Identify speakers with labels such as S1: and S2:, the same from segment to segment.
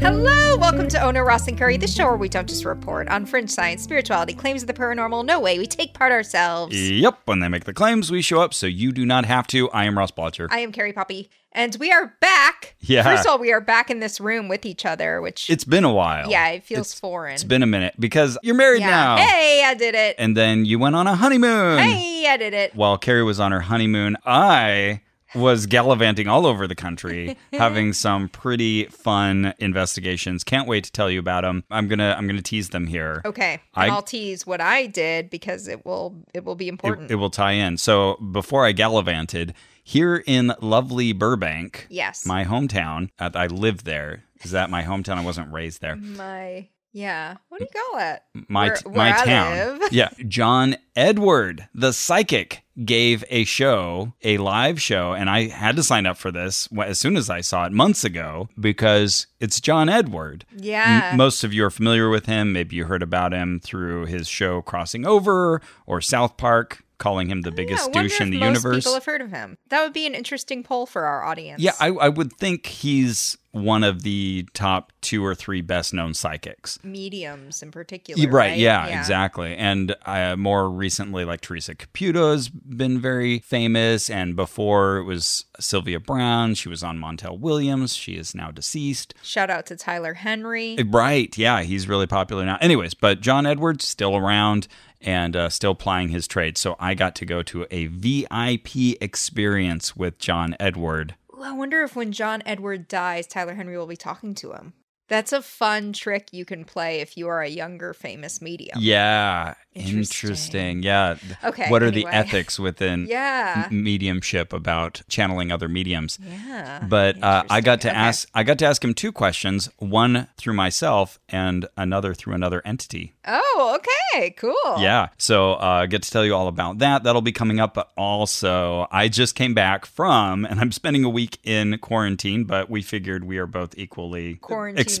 S1: Hello, welcome to Ona Ross and Curry, the show where we don't just report on fringe science, spirituality, claims of the paranormal. No way, we take part ourselves.
S2: Yep, when they make the claims, we show up so you do not have to. I am Ross Blotcher.
S1: I am Carrie Poppy, and we are back.
S2: Yeah.
S1: First of all, we are back in this room with each other, which
S2: it's been a while.
S1: yeah, it feels
S2: it's,
S1: foreign.
S2: It's been a minute because you're married
S1: yeah.
S2: now.
S1: Hey, I did it.
S2: And then you went on a honeymoon.
S1: Hey, I did it.
S2: While Carrie was on her honeymoon, I was gallivanting all over the country having some pretty fun investigations. Can't wait to tell you about them. I'm going to I'm going to tease them here.
S1: Okay, and
S2: I-
S1: I, will tease what I did because it will it will be important.
S2: It, it will tie in. So before I gallivanted here in lovely Burbank,
S1: yes,
S2: my hometown, uh, I lived there. Is that my hometown? I wasn't raised there.
S1: my yeah. What do you call it?
S2: My
S1: Where-
S2: t-
S1: where
S2: my
S1: I
S2: town.
S1: live.
S2: yeah, John Edward, the psychic, gave a show, a live show, and I had to sign up for this wh- as soon as I saw it months ago because it's John Edward. M-
S1: Yeah.
S2: most of you are familiar with him. Maybe you heard about him through his show Crossing Over or South Park, calling him the
S1: Yeah, Ah, I
S2: biggest
S1: wonder
S2: douche in
S1: if
S2: the
S1: most
S2: universe.
S1: People have heard of him. That would be an interesting poll for our audience.
S2: Yeah, I, I would think he's one of the top two or three best known psychics.
S1: mediums in particular.
S2: Y-
S1: Right.
S2: Yeah, exactly. And uh, more recently, like Teresa Caputo's been very famous. And before it was Sylvia Brown. She was on Montel Williams. She is now deceased. Eh,
S1: Shout out to Tyler Henry.
S2: Right. Yeah, he's really popular now. Anyways, but John Edwards still around and uh, still plying his trade. So I got to go to a VIP experience with John Edward.
S1: Ooh, I wonder if when John Edward dies, Tyler Henry will be talking to him. That's a fun trick you can play if you are a younger famous medium.
S2: Yeah. Interesting.
S1: Oh, Interesting.
S2: Yeah.
S1: Okay,
S2: What are
S1: anyway.
S2: the ethics within
S1: Yeah.
S2: m- mediumship about channeling other mediums?
S1: Yeah.
S2: But uh, I got to
S1: Interesting. Okay.
S2: ask, I got to ask him two questions: one through myself, and another through another entity.
S1: Oh, okay. Cool.
S2: Yeah, so uh, get to tell you all about that. That'll be coming up. But also, I just came back from, and I'm spending a week in quarantine. But we figured we are both equally
S1: Quarantine
S2: exposed.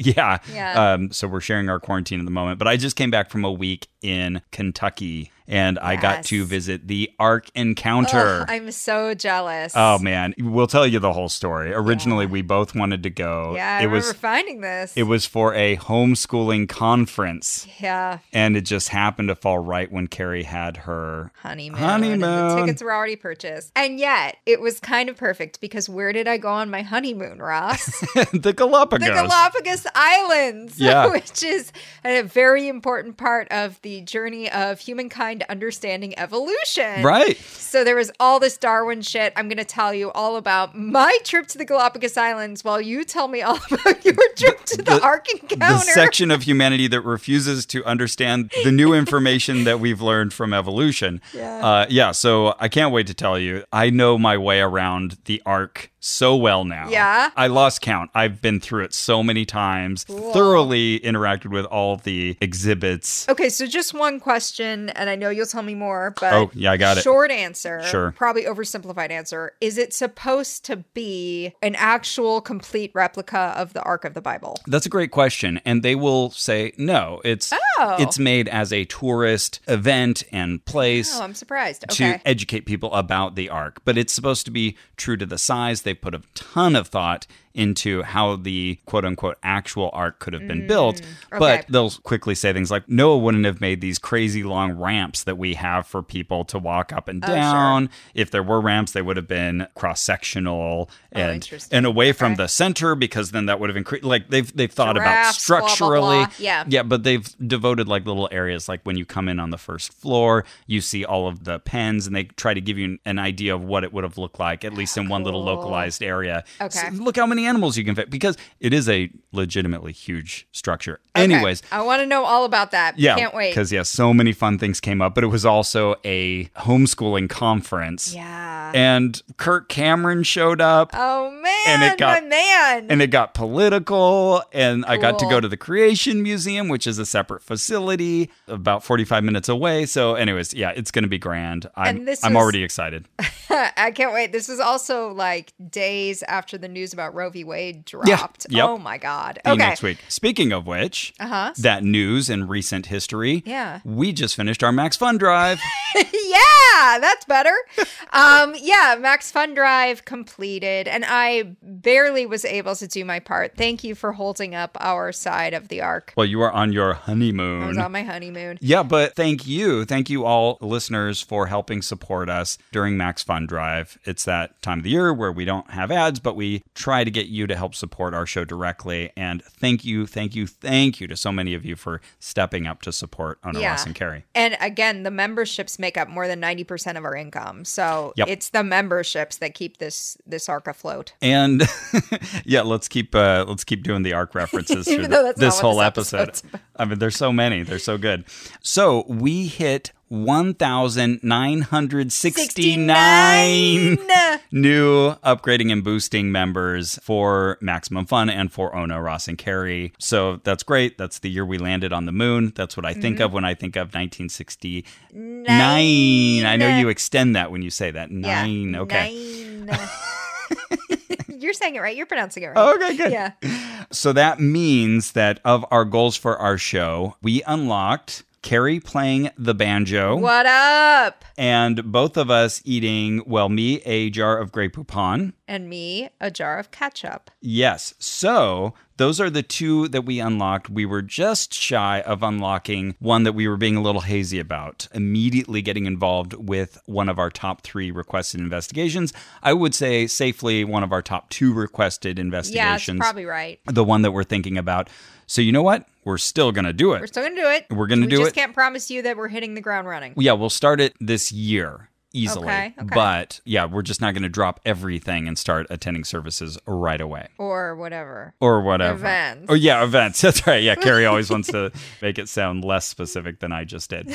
S2: Yeah,
S1: Yeah.
S2: Um, so we're sharing our quarantine at the moment. But I just came back from a week in Kentucky, and I got
S1: Yes.
S2: to visit the Ark Encounter.
S1: Ugh, I'm so jealous.
S2: Oh man, we'll tell you the whole story. Originally, we both wanted to go.
S1: yeah. I
S2: it
S1: remember
S2: was
S1: finding this.
S2: it was for a homeschooling conference,
S1: yeah.
S2: and it just happened to fall right when Carrie had her.
S1: honeymoon.
S2: Honeymoon.
S1: And the tickets were already purchased. And yet, it was kind of perfect because where did I go on my honeymoon, Ross?
S2: the Galapagos.
S1: the Galapagos Islands,
S2: Yeah.
S1: which is a very important part of the journey of humankind understanding evolution.
S2: Right.
S1: So there was all this Darwin shit. I'm going to tell you all about my trip to the Galapagos Islands while you tell me all about your trip to the,
S2: the-
S1: Ark Encounter.
S2: The section of humanity that refuses to understand the new information that we've learned from evolution.
S1: Yeah.
S2: Uh, yeah. So I can't wait to tell you. I know my way around the arc so well now.
S1: Yeah?
S2: I lost count. I've been through it so many times, thoroughly interacted with all the exhibits.
S1: Okay, so just one question, and I know you'll tell me more, but
S2: Oh, yeah, I got it.
S1: Short answer,
S2: Sure.
S1: Probably oversimplified answer. Is it supposed to be an actual complete replica of the Ark of the Bible?
S2: That's a great question, and they will say no. It's
S1: Oh.
S2: it's made as a tourist event and place.
S1: Oh, I'm surprised.
S2: to
S1: Okay,
S2: educate people about the ark, but it's supposed to be true to the size. They put a ton of thought into how the quote unquote actual ark could have been built.
S1: Mm, okay.
S2: But they'll quickly say things like Noah wouldn't have made these crazy long ramps that we have for people to walk up
S1: Oh,
S2: and down. If there were ramps, they would have been cross sectional and
S1: Oh, interesting.
S2: and away from
S1: Okay.
S2: the center because then that would have increased like they've they've thought about
S1: Giraffes, blah, blah,
S2: structurally.
S1: blah. Yeah.
S2: Yeah, but they've devoted like little areas. Like when you come in on the first floor, you see all of the pens, and they try to give you an- an idea of what it would have looked like, at least in one little
S1: Cool.
S2: localized area.
S1: Okay.
S2: So look how many animals you can fit because it is a legitimately huge structure.
S1: Okay.
S2: Anyways.
S1: I want to know all about that.
S2: Yeah,
S1: can't wait.
S2: Because yeah, so many fun things came up, but it was also a homeschooling conference.
S1: Yeah.
S2: And Kirk Cameron showed up.
S1: oh man,
S2: and it got-
S1: my man.
S2: and it got political and i got to
S1: Cool.
S2: go to the creation museum which is a separate facility about 45 minutes away so anyways yeah it's going to be grand i'm,
S1: And this
S2: I'm
S1: was-
S2: already excited
S1: I can't wait. This is also like days after the news about Roe v. Wade dropped.
S2: Yep.
S1: Oh my God.
S2: See you
S1: Okay.
S2: next week. Speaking of which,
S1: Uh huh.
S2: that news in recent history.
S1: Yeah.
S2: We just finished our Max Fun Drive.
S1: yeah, that's better. um, yeah, Max Fun Drive completed, and I barely was able to do my part. Thank you for holding up our side of the arc.
S2: well, you were on your
S1: I
S2: honeymoon.
S1: was on my honeymoon.
S2: Yeah, but thank you. Thank you all listeners for helping support us during Max Fund Drive. It's that time of the year where we don't have ads, but we try to get you to help support our show directly. And thank you, thank you, thank you to so many of you for stepping up to support Honor
S1: Yeah.
S2: Ross and Carrie.
S1: And again, the memberships make up more than 90% of our income. So
S2: Yep.
S1: it's the memberships that keep this this arc afloat.
S2: And yeah, let's keep uh, let's keep doing the arc references through
S1: Even though that's not
S2: this
S1: what
S2: whole
S1: this
S2: episode.
S1: episode's
S2: I mean, there's so many, they're so good. So we hit one thousand nine hundred sixty-nine.
S1: 69.
S2: new upgrading and boosting members for Maximum Fun and for Ono, Ross, and Carrie. So that's great. That's the year we landed on the moon. That's what I
S1: Mm-hmm.
S2: think of when I think of 1969. I know you extend that when you say that.
S1: Yeah.
S2: Nine. Okay.
S1: Nine. You're saying it right. You're pronouncing it right.
S2: Okay, Oh, good.
S1: Yeah.
S2: So that means that of our goals for our show, we unlocked Carrie playing the banjo
S1: What up?
S2: and both of us eating, well, me, a jar of Grey Poupon.
S1: And me, a jar of ketchup.
S2: Yes. So those are the two that we unlocked. We were just shy of unlocking one that we were being a little hazy about, immediately getting involved with one of our top three requested investigations. I would say safely one of our top two requested
S1: Yeah, that's
S2: investigations,
S1: probably right.
S2: the one that we're thinking about. So you know what? We're still going to do
S1: We're
S2: it.
S1: still gonna do it.
S2: We're gonna
S1: we
S2: do
S1: just
S2: it.
S1: can't promise you that we're hitting the ground running.
S2: Yeah, we'll start it this year easily.
S1: Okay, okay.
S2: But yeah, we're just not going to drop everything and start attending services right away.
S1: Or whatever.
S2: or whatever.
S1: Events.
S2: Oh yeah, events. That's right. Yeah, Carrie always wants to make it sound less specific than I just did.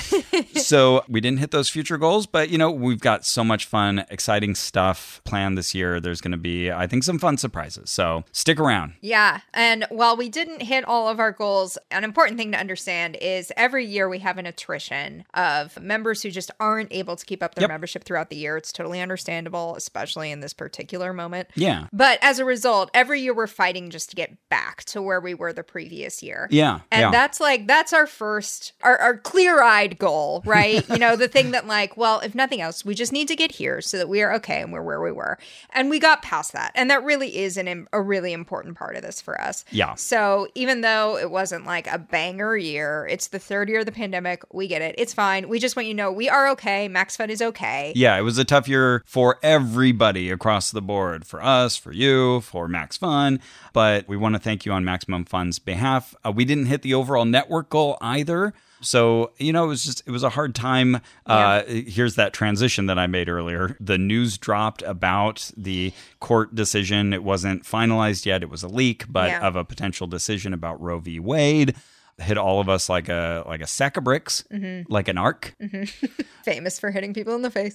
S2: so we didn't hit those future goals, but you know we've got so much fun, exciting stuff planned this year. There's going to be, I think, some fun surprises. So stick around.
S1: Yeah. And while we didn't hit all of our goals, an important thing to understand is every year we have an attrition of members who just aren't able to keep up their
S2: Yep.
S1: membership throughout the year. It's totally understandable, especially in this particular moment.
S2: Yeah,
S1: But as a result, every year we're fighting just to get back to where we were the previous year.
S2: yeah,
S1: And
S2: yeah.
S1: that's like that's our first our, our clear-eyed goal, right? you know, the thing that like, well, if nothing else, we just need to get here so that we are okay and we're where we were. And we got past that. And that really is an im- a really important part of this for us.
S2: Yeah.
S1: So, even though it wasn't like a banger year, it's the third year of the pandemic. We get it. It's fine. We just want you to know we are okay. Max Fun is okay.
S2: yeah, it was a tough year for everybody across the board for us, for you, for Max Fun. But we want to thank you on Maximum Fun's behalf. Uh, we didn't hit the overall network goal either. So, you know, it was just, it was a hard time. Uh, Here's that transition that I made earlier. The news dropped about the court decision. It wasn't finalized yet, it was a leak, but
S1: Yeah.
S2: of a potential decision about Roe v. Wade. Hit all of us like a like a sack of bricks, like an arc.
S1: Famous for hitting people in the face.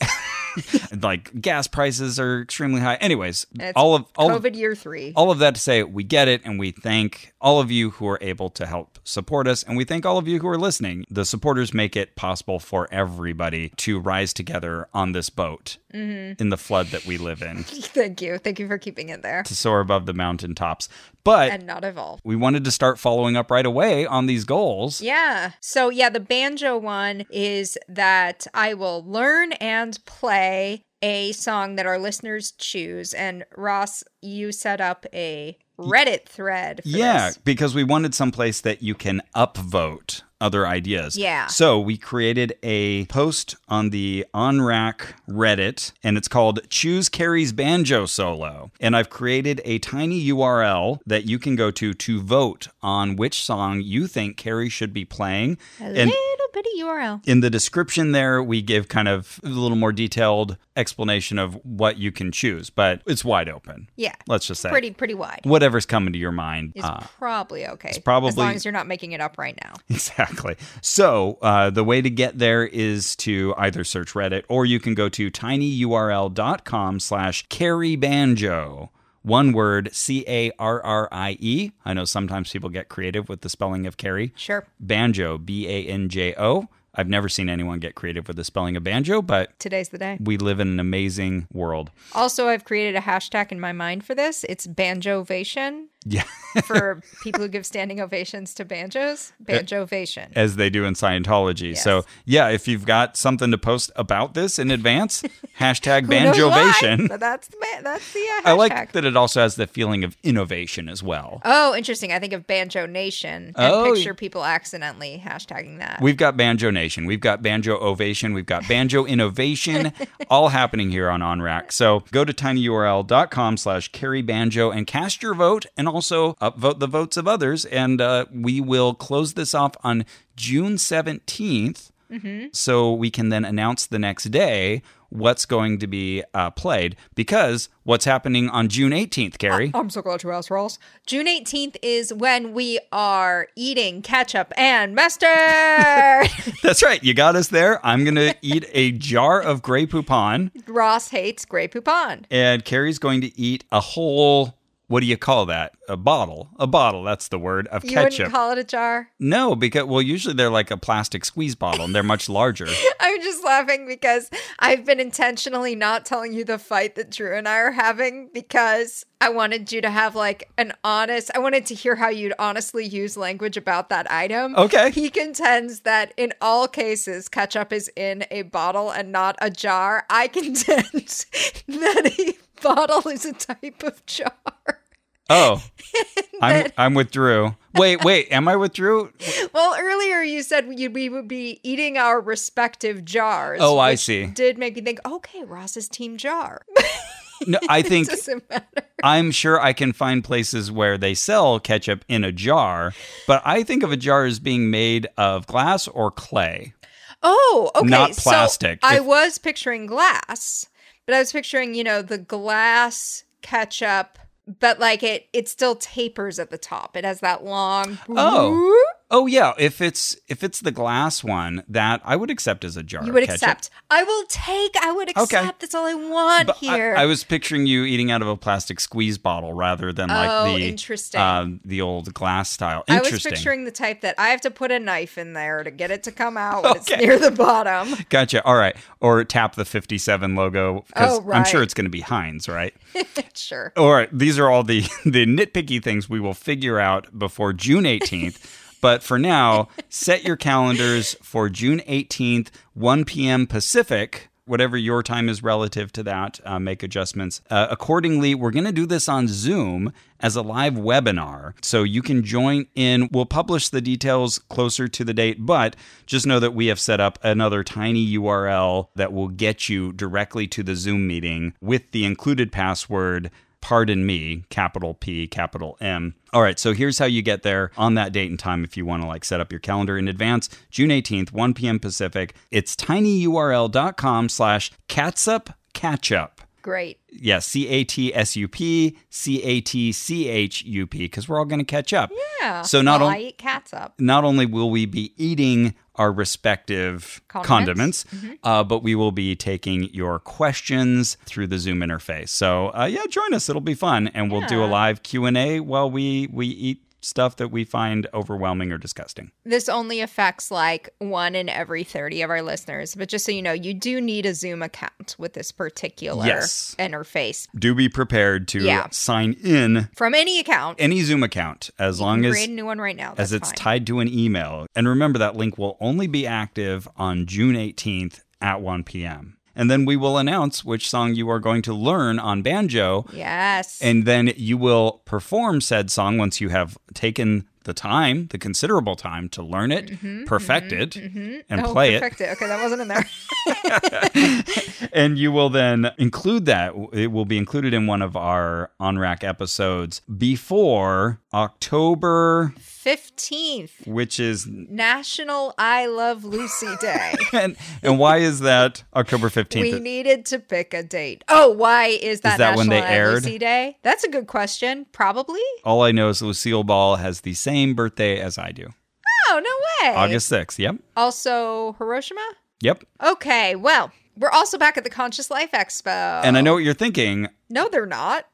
S2: like gas prices are extremely high. Anyways,
S1: It's
S2: all of all of,
S1: COVID year 3.
S2: all of that to say, we get it, and we thank all of you who are able to help support us, and we thank all of you who are listening. The supporters make it possible for everybody to rise together on this boat
S1: Mm-hmm.
S2: in the flood that we live in
S1: Thank you. Thank you for keeping it there
S2: to soar above the mountaintops. But
S1: and not evolve.
S2: we wanted to start following up right away on these goals.
S1: Yeah. So, yeah, the banjo one is that I will learn and play a song that our listeners choose. And Ross, you set up a Reddit thread. For
S2: Yeah,
S1: this.
S2: because we wanted someplace that you can upvote other ideas.
S1: Yeah.
S2: So we created a post on the OnRack Reddit, and it's called Choose Carrie's Banjo Solo. And I've created a tiny URL that you can go to to vote on which song you think Carrie should be playing.
S1: A
S2: and
S1: little bitty URL.
S2: in the description there, we give kind of a little more detailed explanation of what you can choose, but it's wide open.
S1: Yeah.
S2: Let's just say
S1: Pretty, pretty wide.
S2: whatever's coming to your mind. uh,
S1: It's probably okay. It's
S2: Ah. probably-
S1: as long as you're not making it up right now.
S2: Exactly. So uh, the way to get there is to either search Reddit or you can go to tinyurl.com slash carrybanjo. One word, C A R R I E. I know sometimes people get creative with the spelling of carry.
S1: Sure.
S2: Banjo, B A N J O. I've never seen anyone get creative with the spelling of banjo, but
S1: Today's the day.
S2: we live in an amazing world.
S1: Also, I've created a hashtag in my mind for this. It's banjovation
S2: Yeah.
S1: for people who give standing ovations to banjos. Banjovation.
S2: As they do in Scientology. So, yeah, if you've got something to post about this in advance, hashtag
S1: Who knows why,
S2: banjovation.
S1: But that's the ba- that's the uh, hashtag.
S2: I like that it also has the feeling of innovation as well.
S1: Oh, interesting. I think of Banjo Nation and
S2: Oh,
S1: picture people accidentally hashtagging that.
S2: We've got Banjo Nation, we've got Banjo Ovation, we've got Banjo Innovation, all happening here on OnRack. So go to tinyurl.com slash carrybanjo and cast your vote and also upvote the votes of others. And uh, we will close this off on June 17th so we can then announce the next day what's going to be uh, played because what's happening on June 18th, Carrie?
S1: I'm so glad you asked, Ross. June 18th is when we are eating ketchup and mustard.
S2: That's right. You got us there. I'm going to eat a jar of Grey Poupon.
S1: Ross hates Grey Poupon.
S2: and Carrie's going to eat a whole what do you call that? A bottle. A bottle, that's the word, of
S1: You
S2: ketchup.
S1: wouldn't call it a jar.
S2: no, because well, usually they're like a plastic squeeze bottle and they're much larger.
S1: I'm just laughing because I've been intentionally not telling you the fight that Drew and I are having because I wanted you to have like an honest, I wanted to hear how you'd honestly use language about that item.
S2: Okay.
S1: He contends that in all cases, ketchup is in a bottle and not a jar. I contend that a bottle is a type of jar.
S2: Oh. I'm I'm with Drew. Wait, wait, am I with Drew?
S1: Well, earlier you said we, we would be eating our respective jars.
S2: Oh, I
S1: which
S2: see.
S1: Did make me think, okay, Ross's team jar.
S2: No, I think
S1: Doesn't matter.
S2: I'm sure I can find places where they sell ketchup in a jar, but I think of a jar as being made of glass or clay.
S1: Oh, okay.
S2: Not plastic.
S1: So I
S2: If-
S1: was picturing glass, but I was picturing, you know, the glass ketchup, but like it it still tapers at the top. It has that long
S2: Oh. Oh yeah, if it's if it's the glass one, that I would accept as a jar.
S1: you
S2: of
S1: would
S2: ketchup.
S1: accept. I will take. I would accept. That's all I want
S2: But I-
S1: here.
S2: I, was picturing you eating out of a plastic squeeze bottle rather than like
S1: Oh,
S2: the
S1: interesting.
S2: um, the old glass style.
S1: I was
S2: Interesting.
S1: picturing the type that I have to put a knife in there to get it to come out when it's
S2: Okay.
S1: near the bottom.
S2: gotcha. All right, or tap the fifty-seven logo because
S1: Oh,
S2: I'm sure
S1: right.
S2: it's going to be Heinz, right?
S1: sure.
S2: All right, these are all the the nitpicky things we will figure out before June 18th. but for now, set your calendars for June 18th, 1 p.m. Pacific. Whatever your time is relative to that, uh, make adjustments uh, accordingly. We're going to do this on Zoom as a live webinar, so you can join in. We'll publish the details closer to the date, but just know that we have set up another tiny URL that will get you directly to the Zoom meeting with the included password pardon me, capital P, capital M. All right, so here's how you get there on that date and time if you want to like set up your calendar in advance. June 18th, 1 p.m. Pacific. It's tinyurl.com slash catsup catchup.
S1: Great.
S2: Yeah, C A T S U P, C A T C H U P, because we're all going to catch up.
S1: Yeah.
S2: So not
S1: Well,
S2: on-
S1: I eat cats up.
S2: Not only will we be eating our respective
S1: Condiments?
S2: condiments,
S1: Mm-hmm.
S2: uh, but we will be taking your questions through the Zoom interface. So uh, yeah, join us; it'll be fun, and we'll do a
S1: Yeah.
S2: live Q and A while we we eat stuff that we find overwhelming or disgusting.
S1: This only affects like one in every 30 of our listeners. But just so you know, you do need a Zoom account with this particular
S2: Yes.
S1: interface
S2: Do be prepared to
S1: Yeah.
S2: sign in
S1: from any account.
S2: any Zoom account as long as
S1: Create a new one right now.
S2: as
S1: That's
S2: it's
S1: fine.
S2: tied to an email. And remember that link will only be active on June 18th at 1 p.m. And then we will announce which song you are going to learn on banjo.
S1: Yes.
S2: And then you will perform said song once you have taken the time, the considerable time to learn it, perfect it, and
S1: Mm-hmm, Oh,
S2: play
S1: perfect Okay, that wasn't in there.
S2: it. And you will then include that. It will be included in one of our on rack episodes before October,
S1: 15th,
S2: which is
S1: National I Love Lucy Day.
S2: and and why is that October
S1: we
S2: fifteenth?
S1: needed to pick a date. Oh, why is that,
S2: that
S1: National
S2: when they
S1: I Love
S2: aired?
S1: Lucy Day? That's a good question. Probably.
S2: All I know is Lucille Ball has the same birthday as I do,
S1: Oh, no way.
S2: August sixth. Yep,
S1: Also, Hiroshima?
S2: yep.
S1: Okay, well, we're also back at the Conscious Life Expo.
S2: And I know what you're thinking.
S1: no, they're not.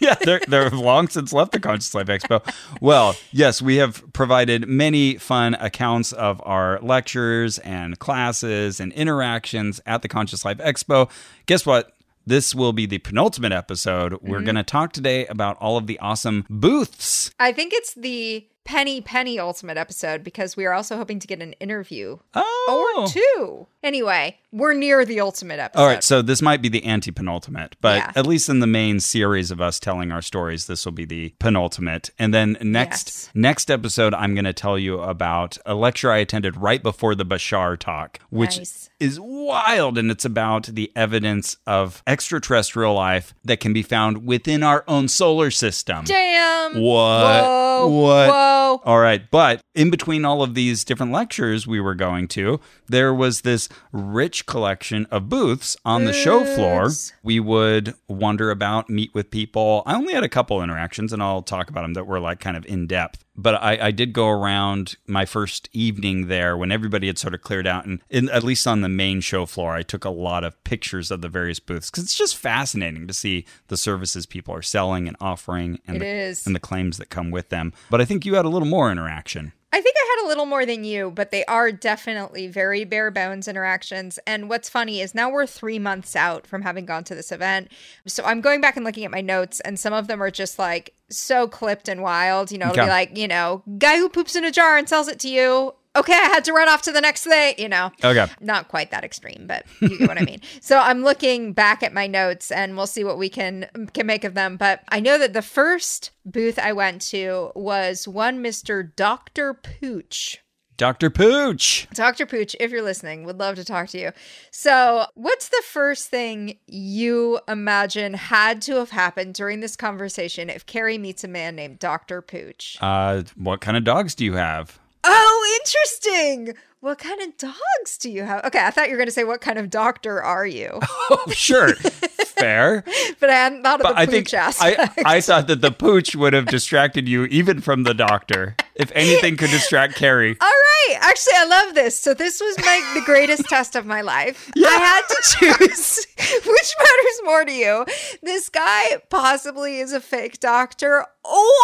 S2: yeah, they're, they're long since left the Conscious Life Expo. Well, yes, we have provided many fun accounts of our lectures and classes and interactions at the Conscious Life Expo. Guess what? This will be the penultimate episode. We're going to talk today about all of the awesome booths.
S1: I think it's the Penny Penny Ultimate episode because we are also hoping to get an interview
S2: Oh,
S1: or two. Anyway, we're near the ultimate episode.
S2: All right, so this might be the anti penultimate, but
S1: Yeah.
S2: at least in the main series of us telling our stories, this will be the penultimate. And then next
S1: Yes.
S2: next episode, I'm going to tell you about a lecture I attended right before the Bashar talk, which
S1: Nice.
S2: is wild, and it's about the evidence of extraterrestrial life that can be found within our own solar system.
S1: Damn.
S2: What?
S1: Whoa.
S2: What?
S1: Whoa.
S2: All right. But in between all of these different lectures we were going to, there was this rich collection of booths on the show floor.
S1: Booths.
S2: We would wander about, meet with people. I only had a couple interactions, and I'll talk about them that were like kind of in depth. But I, I did go around my first evening there when everybody had sort of cleared out. And in, at least on the main show floor, I took a lot of pictures of the various booths because it's just fascinating to see the services people are selling and offering and
S1: It
S2: the,
S1: is.
S2: and the claims that come with them. But I think you had a little more interaction.
S1: I think I had a little more than you, but they are definitely very bare bones interactions. And what's funny is now we're three months out from having gone to this event. So I'm going back and looking at my notes, and some of them are just like so clipped and wild. You know, it'll
S2: Okay.
S1: be like, you know, guy who poops in a jar and sells it to you. Okay, I had to run off to the next thing, you know.
S2: Okay.
S1: Not quite that extreme, but you get what I mean. So I'm looking back at my notes and we'll see what we can can make of them. But I know that the first booth I went to was one Mr. Dr. Pooch.
S2: Dr. Pooch.
S1: Dr. Pooch, if you're listening, would love to talk to you. So, what's the first thing you imagine had to have happened during this conversation if Carrie meets a man named Dr. Pooch?
S2: Uh, what kind of dogs do you have?
S1: Oh, interesting. What kind of dogs do you have? Okay, I thought you were going to say, What kind of doctor are you?
S2: Oh, sure. Fair.
S1: But I hadn't thought of
S2: But
S1: the
S2: I
S1: pooch
S2: think
S1: aspect.
S2: I, I thought that the pooch would have distracted you even from the doctor. If anything could distract Carrie.
S1: All right. Actually, I love this. So this was my the greatest test of my life. I had to choose which matters more to you. This guy possibly is a fake doctor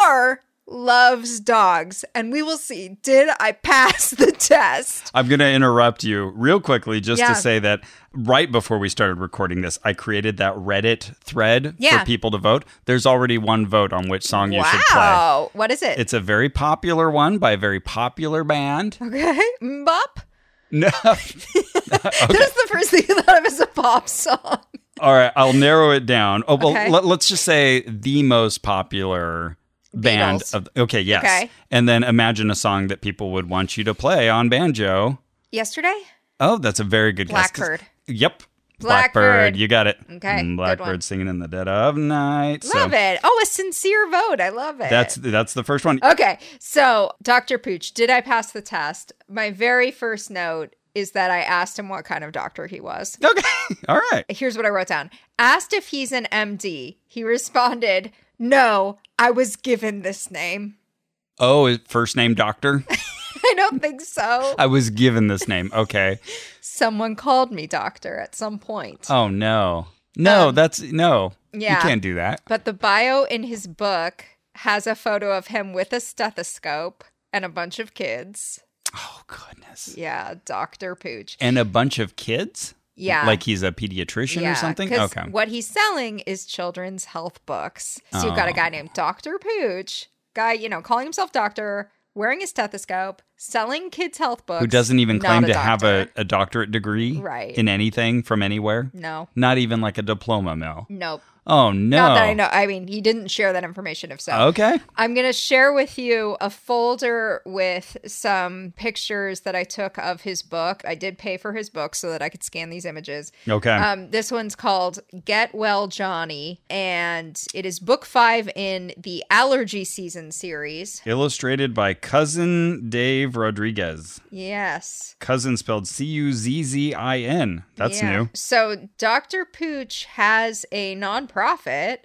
S1: or loves dogs. And we will see. Did I pass the test?
S2: I'm going to interrupt you real quickly just
S1: Yeah.
S2: to say that right before we started recording this, I created that Reddit thread
S1: Yeah.
S2: for people to vote. There's already one vote on which song you should play.
S1: Wow. What is it?
S2: It's a very popular one by a very popular band.
S1: okay. Bop.
S2: No.
S1: That's the first thing I thought of as a pop song.
S2: All right, I'll narrow it down. Oh, well,
S1: Okay.
S2: let, us just say the most popular band
S1: Beatles.
S2: of Okay, yes.
S1: Okay.
S2: And then imagine a song that people would want you to play on banjo.
S1: Yesterday?
S2: Oh, that's a very good guess. 'cause-
S1: Blackbird.
S2: Yep.
S1: Blackbird.
S2: You got it. Mm,
S1: Okay, good one.
S2: Blackbird singing in the dead of night.
S1: Love
S2: so
S1: it. Oh, a sincere vote. I love it.
S2: That's that's the first one.
S1: Okay, so Dr. Pooch, did I pass the test? My very first note is that I asked him what kind of doctor he was.
S2: Okay. All right.
S1: Here's what I wrote down Asked if he's an MD. He responded, No, I was given this name.
S2: Oh, is- first name doctor.
S1: I don't think so.
S2: I was given this name. Okay.
S1: Someone called me doctor at some point.
S2: Oh no. No, that's no.
S1: yeah.
S2: You can't do that.
S1: But the bio in his book has a photo of him with a stethoscope and a bunch of kids.
S2: Oh goodness.
S1: Yeah, Dr. Pooch.
S2: And a bunch of kids?
S1: Yeah.
S2: Like he's a pediatrician or something?
S1: 'cause
S2: Okay.
S1: What he's selling is children's health books. So you've got a
S2: Oh.
S1: guy named Dr. Pooch, guy, you know, calling himself doctor, wearing a stethoscope, selling kids' health books.
S2: Who doesn't even
S1: not
S2: claim
S1: a
S2: to have a,
S1: doctor.
S2: a doctorate degree
S1: Right.
S2: in anything from anywhere?
S1: No.
S2: Not even like a diploma, Mel.
S1: Nope.
S2: Oh, no. Oh.
S1: Not that I know. I mean, he didn't share that information if so.
S2: Okay.
S1: I'm going to share with you a folder with some pictures that I took of his book. I did pay for his book so that I could scan these images.
S2: Okay.
S1: Um, this one's called Get Well Johnny, and it is book five in the allergy season series.
S2: Illustrated by cousin Dave Rodriguez.
S1: Yes.
S2: Cousin spelled C U Z Z I N. That's
S1: Yeah.
S2: new.
S1: So, Dr. Pooch has a nonprofit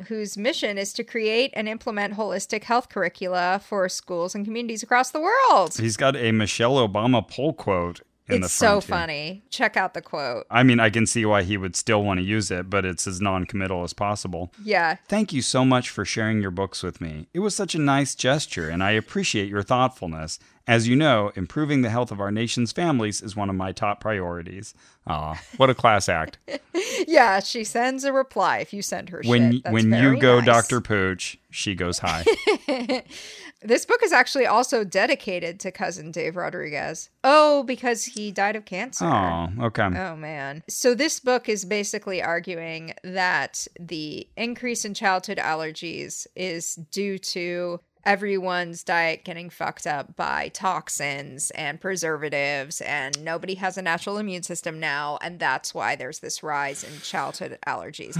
S1: whose mission is to create and implement holistic health curricula for schools and communities across the world.
S2: He's got a Michelle Obama poll quote in
S1: it's
S2: the
S1: so
S2: front here.
S1: funny. Check out the quote.
S2: I mean, I can see why he would still want to use it, but it's as non-committal as possible.
S1: Yeah.
S2: Thank you so much for sharing your books with me. It was such a nice gesture, and I appreciate your thoughtfulness. As you know, improving the health of our nation's families is one of my top priorities. Aw, what a class act.
S1: Yeah, she sends a reply if you send her
S2: When
S1: shit. That's
S2: when you
S1: very
S2: go
S1: nice.
S2: Dr. Pooch, she goes high.
S1: This book is actually also dedicated to cousin Dave Rodriguez. Oh, because he died of cancer.
S2: oh, okay.
S1: Oh man. So this book is basically arguing that the increase in childhood allergies is due to everyone's diet getting fucked up by toxins and preservatives and nobody has a natural immune system now and that's why there's this rise in childhood allergies.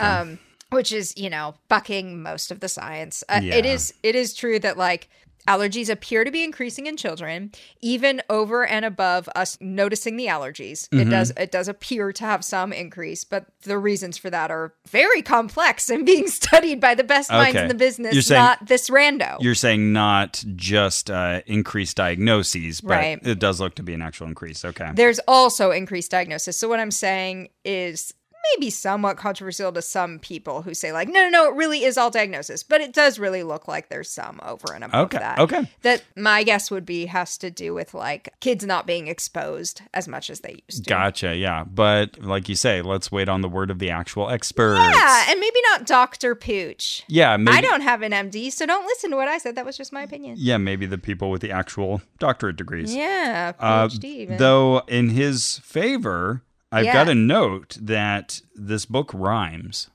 S1: Um which is, you know, bucking most of the science. Uh, It
S2: Yeah.
S1: is is- it is true that like allergies appear to be increasing in children even over and above us noticing the allergies
S2: Mm-hmm.
S1: it does it does appear to have some increase but the reasons for that are very complex and being studied by the best minds
S2: Okay.
S1: in the business
S2: You're saying-
S1: not this rando
S2: You're saying not just uh, increased diagnoses, but
S1: Right.
S2: it does look to be an actual increase. Okay.
S1: there's also increased diagnosis so what i'm saying is maybe somewhat controversial to some people who say like no no no it really is all diagnosis but it does really look like there's some over and above
S2: Okay,
S1: that
S2: okay.
S1: that my guess would be has to do with like kids not being exposed as much as they used to
S2: Gotcha. Yeah. But like you say, let's wait on the word of the actual experts.
S1: yeah and maybe not dr pooch
S2: Yeah, maybe,
S1: i don't have an md so don't listen to what i said that was just my opinion
S2: Yeah, maybe the people with the actual doctorate degrees.
S1: yeah
S2: Uh,
S1: PhD, even.
S2: though, in his favor, I've
S1: Yeah.
S2: got a note that this book rhymes,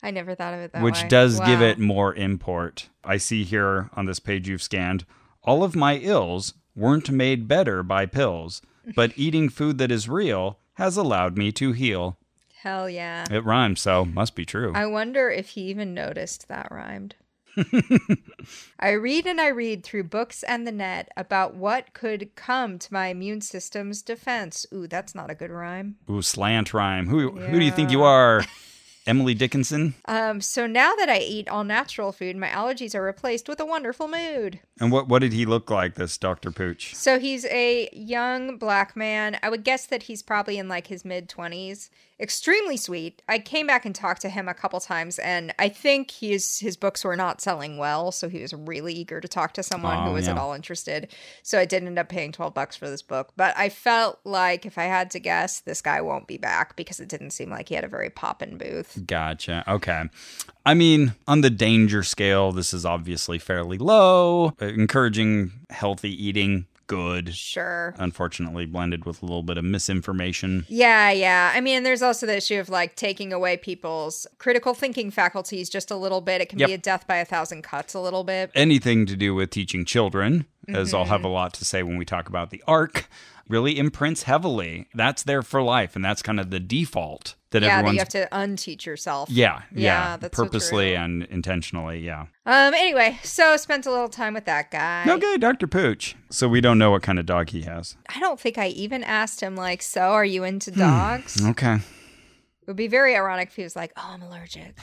S1: i never thought of it that
S2: which
S1: way.
S2: does give
S1: Wow.
S2: it more import. I see here on this page you've scanned all of my ills weren't made better by pills, but eating food that is real has allowed me to heal.
S1: hell yeah
S2: It rhymes, so must be true.
S1: I wonder if he even noticed that rhymed. I read and I read through books and the net about what could come to my immune system's defense. Ooh, that's not a good rhyme.
S2: Ooh, slant rhyme. Who who do you think you are? Emily Dickinson?
S1: Um, so now that I eat all natural food, my allergies are replaced with a wonderful mood.
S2: And what what did he look like, this Dr. Pooch?
S1: So he's a young black man. I would guess that he's probably in like his mid 20s. Extremely sweet. I came back and talked to him a couple times, and I think he's, his books were not selling well. So he was really eager to talk to someone
S2: Oh,
S1: who was at
S2: yeah.
S1: all interested. So I did end up paying 12 bucks for this book. But I felt like if I had to guess, this guy won't be back because it didn't seem like he had a very poppin' booth.
S2: Gotcha. Okay. I mean, on the danger scale, this is obviously fairly low. Uh, Encouraging healthy eating, good.
S1: Sure.
S2: Unfortunately, blended with a little bit of misinformation.
S1: Yeah, yeah. I mean, there's also the issue of like taking away people's critical thinking faculties just a little bit. It can
S2: Yep.
S1: be a death by a thousand cuts a little bit.
S2: Anything to do with teaching children, as I'll have a
S1: Mm-hmm.
S2: lot to say when we talk about the arc, really imprints heavily. That's there for life, and that's kind of the default that
S1: Yeah, that
S2: everyone's
S1: you have to unteach yourself.
S2: Yeah, yeah,
S1: Yeah, that's so
S2: purposely
S1: true.
S2: and intentionally. Yeah.
S1: Um. Anyway, so spent a little time with that guy.
S2: Okay, Doctor Pooch. So we don't know what kind of dog he has.
S1: I don't think I even asked him like, "So, are you into
S2: Hmm.
S1: dogs?" it
S2: Okay.
S1: would be very ironic if he was like, "Oh, I'm allergic."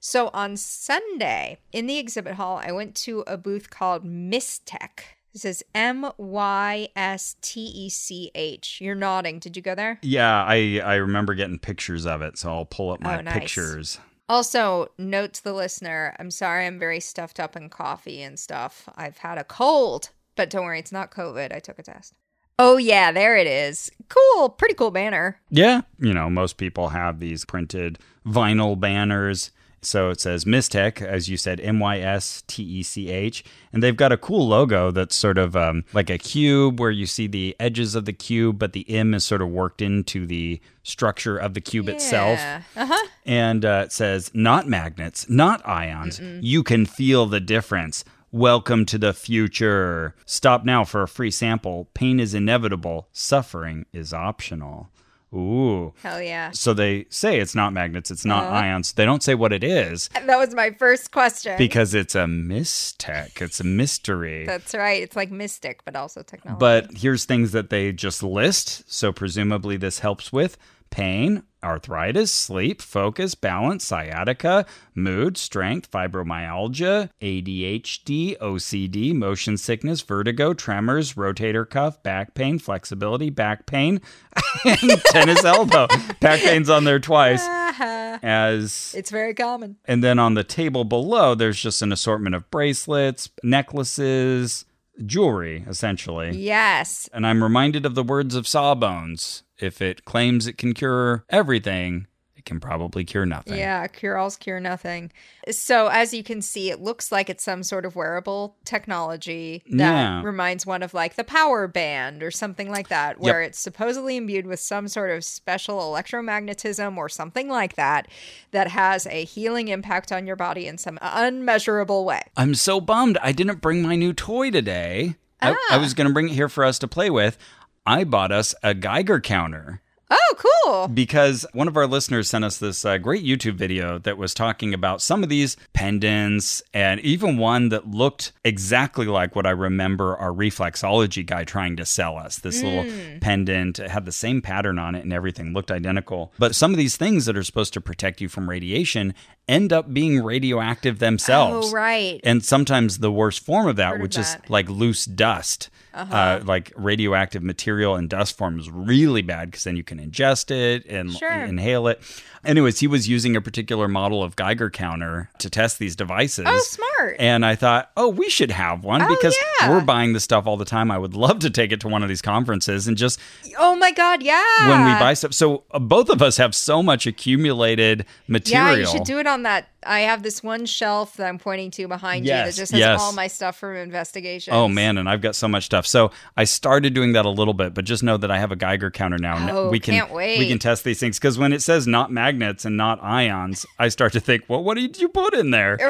S1: so on Sunday in the exhibit hall, I went to a booth called Mystech. This is M Y S T E C H. You're nodding. Did you go there?
S2: Yeah, I I remember getting pictures of it, so I'll pull up my
S1: Oh, nice.
S2: pictures.
S1: Also, note to the listener, I'm sorry I'm very stuffed up in coffee and stuff. I've had a cold, but don't worry, it's not COVID. I took a test. Oh, yeah, there it is. Cool. Pretty cool banner.
S2: Yeah, you know, most people have these printed vinyl banners. So it says Mystech, as you said, M Y S T E C H, and they've got a cool logo that's sort of um, like a cube where you see the edges of the cube, but the M is sort of worked into the structure of the cube itself.
S1: Uh huh.
S2: and uh, it says not magnets, not ions. You can feel the difference. Welcome to the future. Stop now for a free sample. Pain is inevitable. Suffering is optional. Ooh.
S1: Hell yeah.
S2: So they say it's not magnets, it's not ions. They don't say what it is
S1: That was my first question.
S2: because it's a mistech. It's a mystery.
S1: That's right. It's like mystic, but also technology.
S2: But here's things that they just list. So presumably this helps with pain, arthritis, sleep, focus, balance, sciatica, mood, strength, fibromyalgia, ADHD, OCD, motion sickness, vertigo, tremors, rotator cuff, back pain, flexibility, back pain, and tennis elbow. Back pain's on there twice. As
S1: It's very common.
S2: and then on the table below, there's just an assortment of bracelets, necklaces, jewelry, essentially.
S1: Yes.
S2: And I'm reminded of the words of Sawbones if it claims it can cure everything, it can probably cure nothing.
S1: Yeah, cure all's cure nothing. So as you can see, it looks like it's some sort of wearable technology that
S2: Yeah.
S1: reminds one of like the power band or something like that, where it's supposedly imbued with some sort of special electromagnetism or something like that that has a healing impact on your body in some unmeasurable way.
S2: I'm so bummed I didn't bring my new toy today. I, I was going to bring it here for us to play with. I bought us a Geiger counter.
S1: Oh, cool.
S2: because one of our listeners sent us this uh, great YouTube video that was talking about some of these pendants and even one that looked exactly like what I remember our reflexology guy trying to sell us. This
S1: Hmm.
S2: little pendant it had the same pattern on it and everything looked identical. But some of these things that are supposed to protect you from radiation end up being radioactive themselves.
S1: Oh, right.
S2: And sometimes the worst form of that,
S1: of
S2: which is
S1: that. Uh-huh.
S2: like loose dust, uh like radioactive material and dust form is really bad because then you can ingest it and
S1: Sure.
S2: inhale it. Anyways, he was using a particular model of Geiger counter to test these devices.
S1: Oh, smart.
S2: And I thought, oh, we should have one because
S1: yeah.
S2: we're buying this stuff all the time. I would love to take it to one of these conferences and just
S1: oh my God, yeah.
S2: when we buy stuff. So uh, both of us have so much accumulated material.
S1: Yeah, you should do it on that. I have this one shelf that I'm pointing to behind you
S2: Yes,
S1: that just has
S2: yes.
S1: all my stuff from investigations.
S2: Oh man, and I've got so much stuff. So I started doing that a little bit, but just know that I have a Geiger counter now. and
S1: Oh,
S2: we can
S1: can't wait.
S2: we can test these things because when it says not magnets and not ions, I start to think, well, what did you put in there?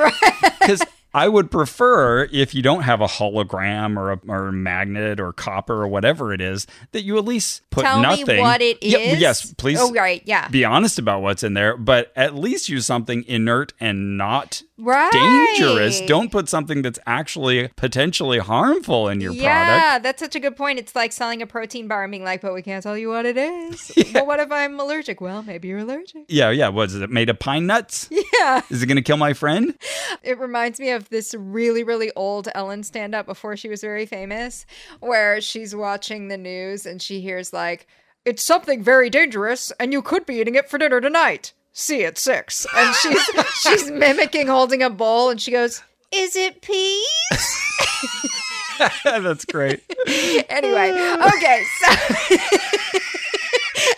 S2: Because I would prefer if you don't have a hologram or a, or a magnet or copper or whatever it is that you at least put
S1: Tell
S2: nothing.
S1: me what it is.
S2: Yeah, yes, please.
S1: Oh, right. Yeah.
S2: Be honest about what's in there, but at least use something inert and not
S1: right.
S2: dangerous. Don't put something that's actually potentially harmful in your
S1: yeah,
S2: product.
S1: that's such a good point. It's like selling a protein bar and being like, but we can't tell you what it is. Well, what if I'm allergic? Well, maybe you're allergic.
S2: Yeah, yeah. What is it? Made of pine nuts?
S1: Yeah.
S2: Is it going to kill my friend?
S1: It reminds me of this really, really old Ellen stand up before she was very famous, where she's watching the news and she hears, like, it's something very dangerous and you could be eating it for dinner tonight. See you at six. And she's, she's mimicking holding a bowl and she goes, Is it peas?
S2: That's great.
S1: anyway, okay, so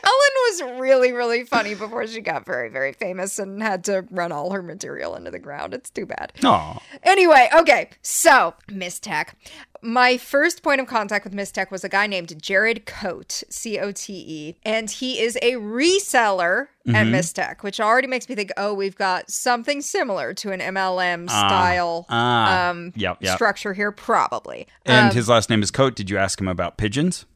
S1: Ellen was really, really funny before she got very, very famous and had to run all her material into the ground. It's too bad.
S2: Aw.
S1: Anyway, okay, so Miss Tech. My first point of contact with Miss Tech was a guy named Jared Cote, C O T E, and he is a reseller at
S2: Mm-hmm.
S1: Miss Tech, which already makes me think, oh, we've got something similar to an MLM style
S2: ah,
S1: um,
S2: yep, Eh. yep.
S1: structure here, probably. Uh,
S2: And his last name is Coat. Did you ask him about pigeons?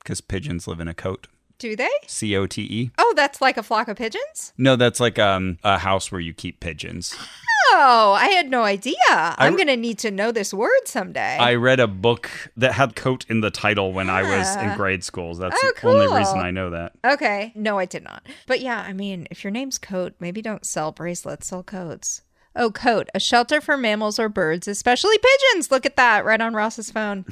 S2: Because pigeons live in a coat.
S1: Do they?
S2: C O T E.
S1: Oh, that's like a flock of pigeons?
S2: No, that's like um, a house where you keep pigeons.
S1: Oh, I had no idea. I, am
S2: re-
S1: going to need to know this word someday.
S2: I read a book that had coat in the title when I was in grade schools. That's
S1: Oh,
S2: the only reason
S1: cool.
S2: I know that.
S1: okay. No, I did not. But yeah, I mean, if your name's Coat, maybe don't sell bracelets, sell coats. Oh, Coat, a shelter for mammals or birds, especially pigeons. Look at that right on Ross's phone.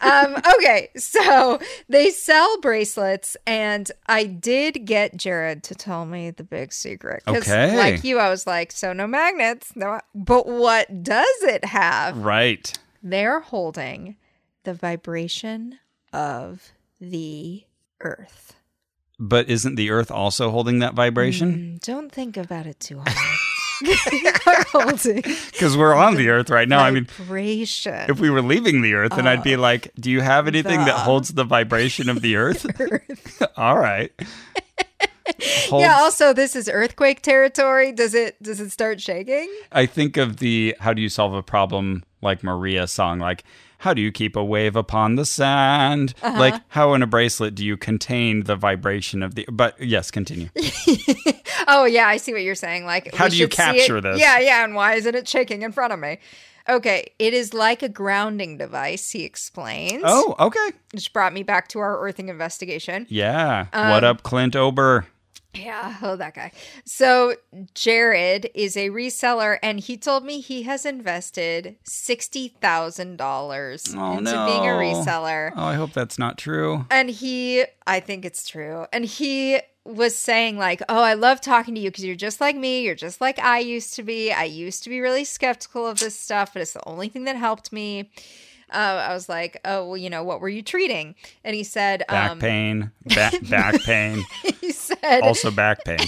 S1: um, okay. So they sell bracelets, and I did get Jared to tell me the big secret. 'Cause
S2: Okay.
S1: Like you, I was like, so no magnets. no. But what does it have?
S2: Right.
S1: they're holding the vibration of the earth.
S2: But isn't the earth also holding that vibration?
S1: Mm, Don't think about it too hard. They're holding
S2: Because we're on the earth right now. I mean,
S1: vibration.
S2: if we were leaving the earth, then
S1: Oh,
S2: I'd be like, "Do you have anything
S1: the-
S2: that holds the vibration of the earth?" All right. Holds-
S1: yeah, also this is earthquake territory. Does it does it start shaking?
S2: I think of the "How do you solve a problem?" like Maria song, like "How do you keep a wave upon the sand?"
S1: Uh-huh.
S2: Like how in a bracelet do you contain the vibration of the? But yes, continue.
S1: Oh yeah, I see what you're saying. Like
S2: How
S1: we
S2: do you
S1: should see it-
S2: capture this?
S1: Yeah, yeah, and why isn't it shaking in front of me? Okay, it is like a grounding device, he explains.
S2: Oh, okay.
S1: Which brought me back to our earthing investigation.
S2: Yeah. what
S1: Um,
S2: up, Clint Ober?
S1: Yeah, oh, that guy. So, Jared is a reseller, and he told me he has invested $60,000
S2: Oh,
S1: into being a
S2: no.
S1: reseller.
S2: Oh, I hope that's not true.
S1: And he, I think it's true. And he was saying, like, oh, I love talking to you because you're just like me. You're just like I used to be. I used to be really skeptical of this stuff, but it's the only thing that helped me. Uh, I was like, oh, well, you know, what were you treating? And he said,
S2: Back
S1: um,
S2: pain, ba- back pain,
S1: he said,
S2: also back pain.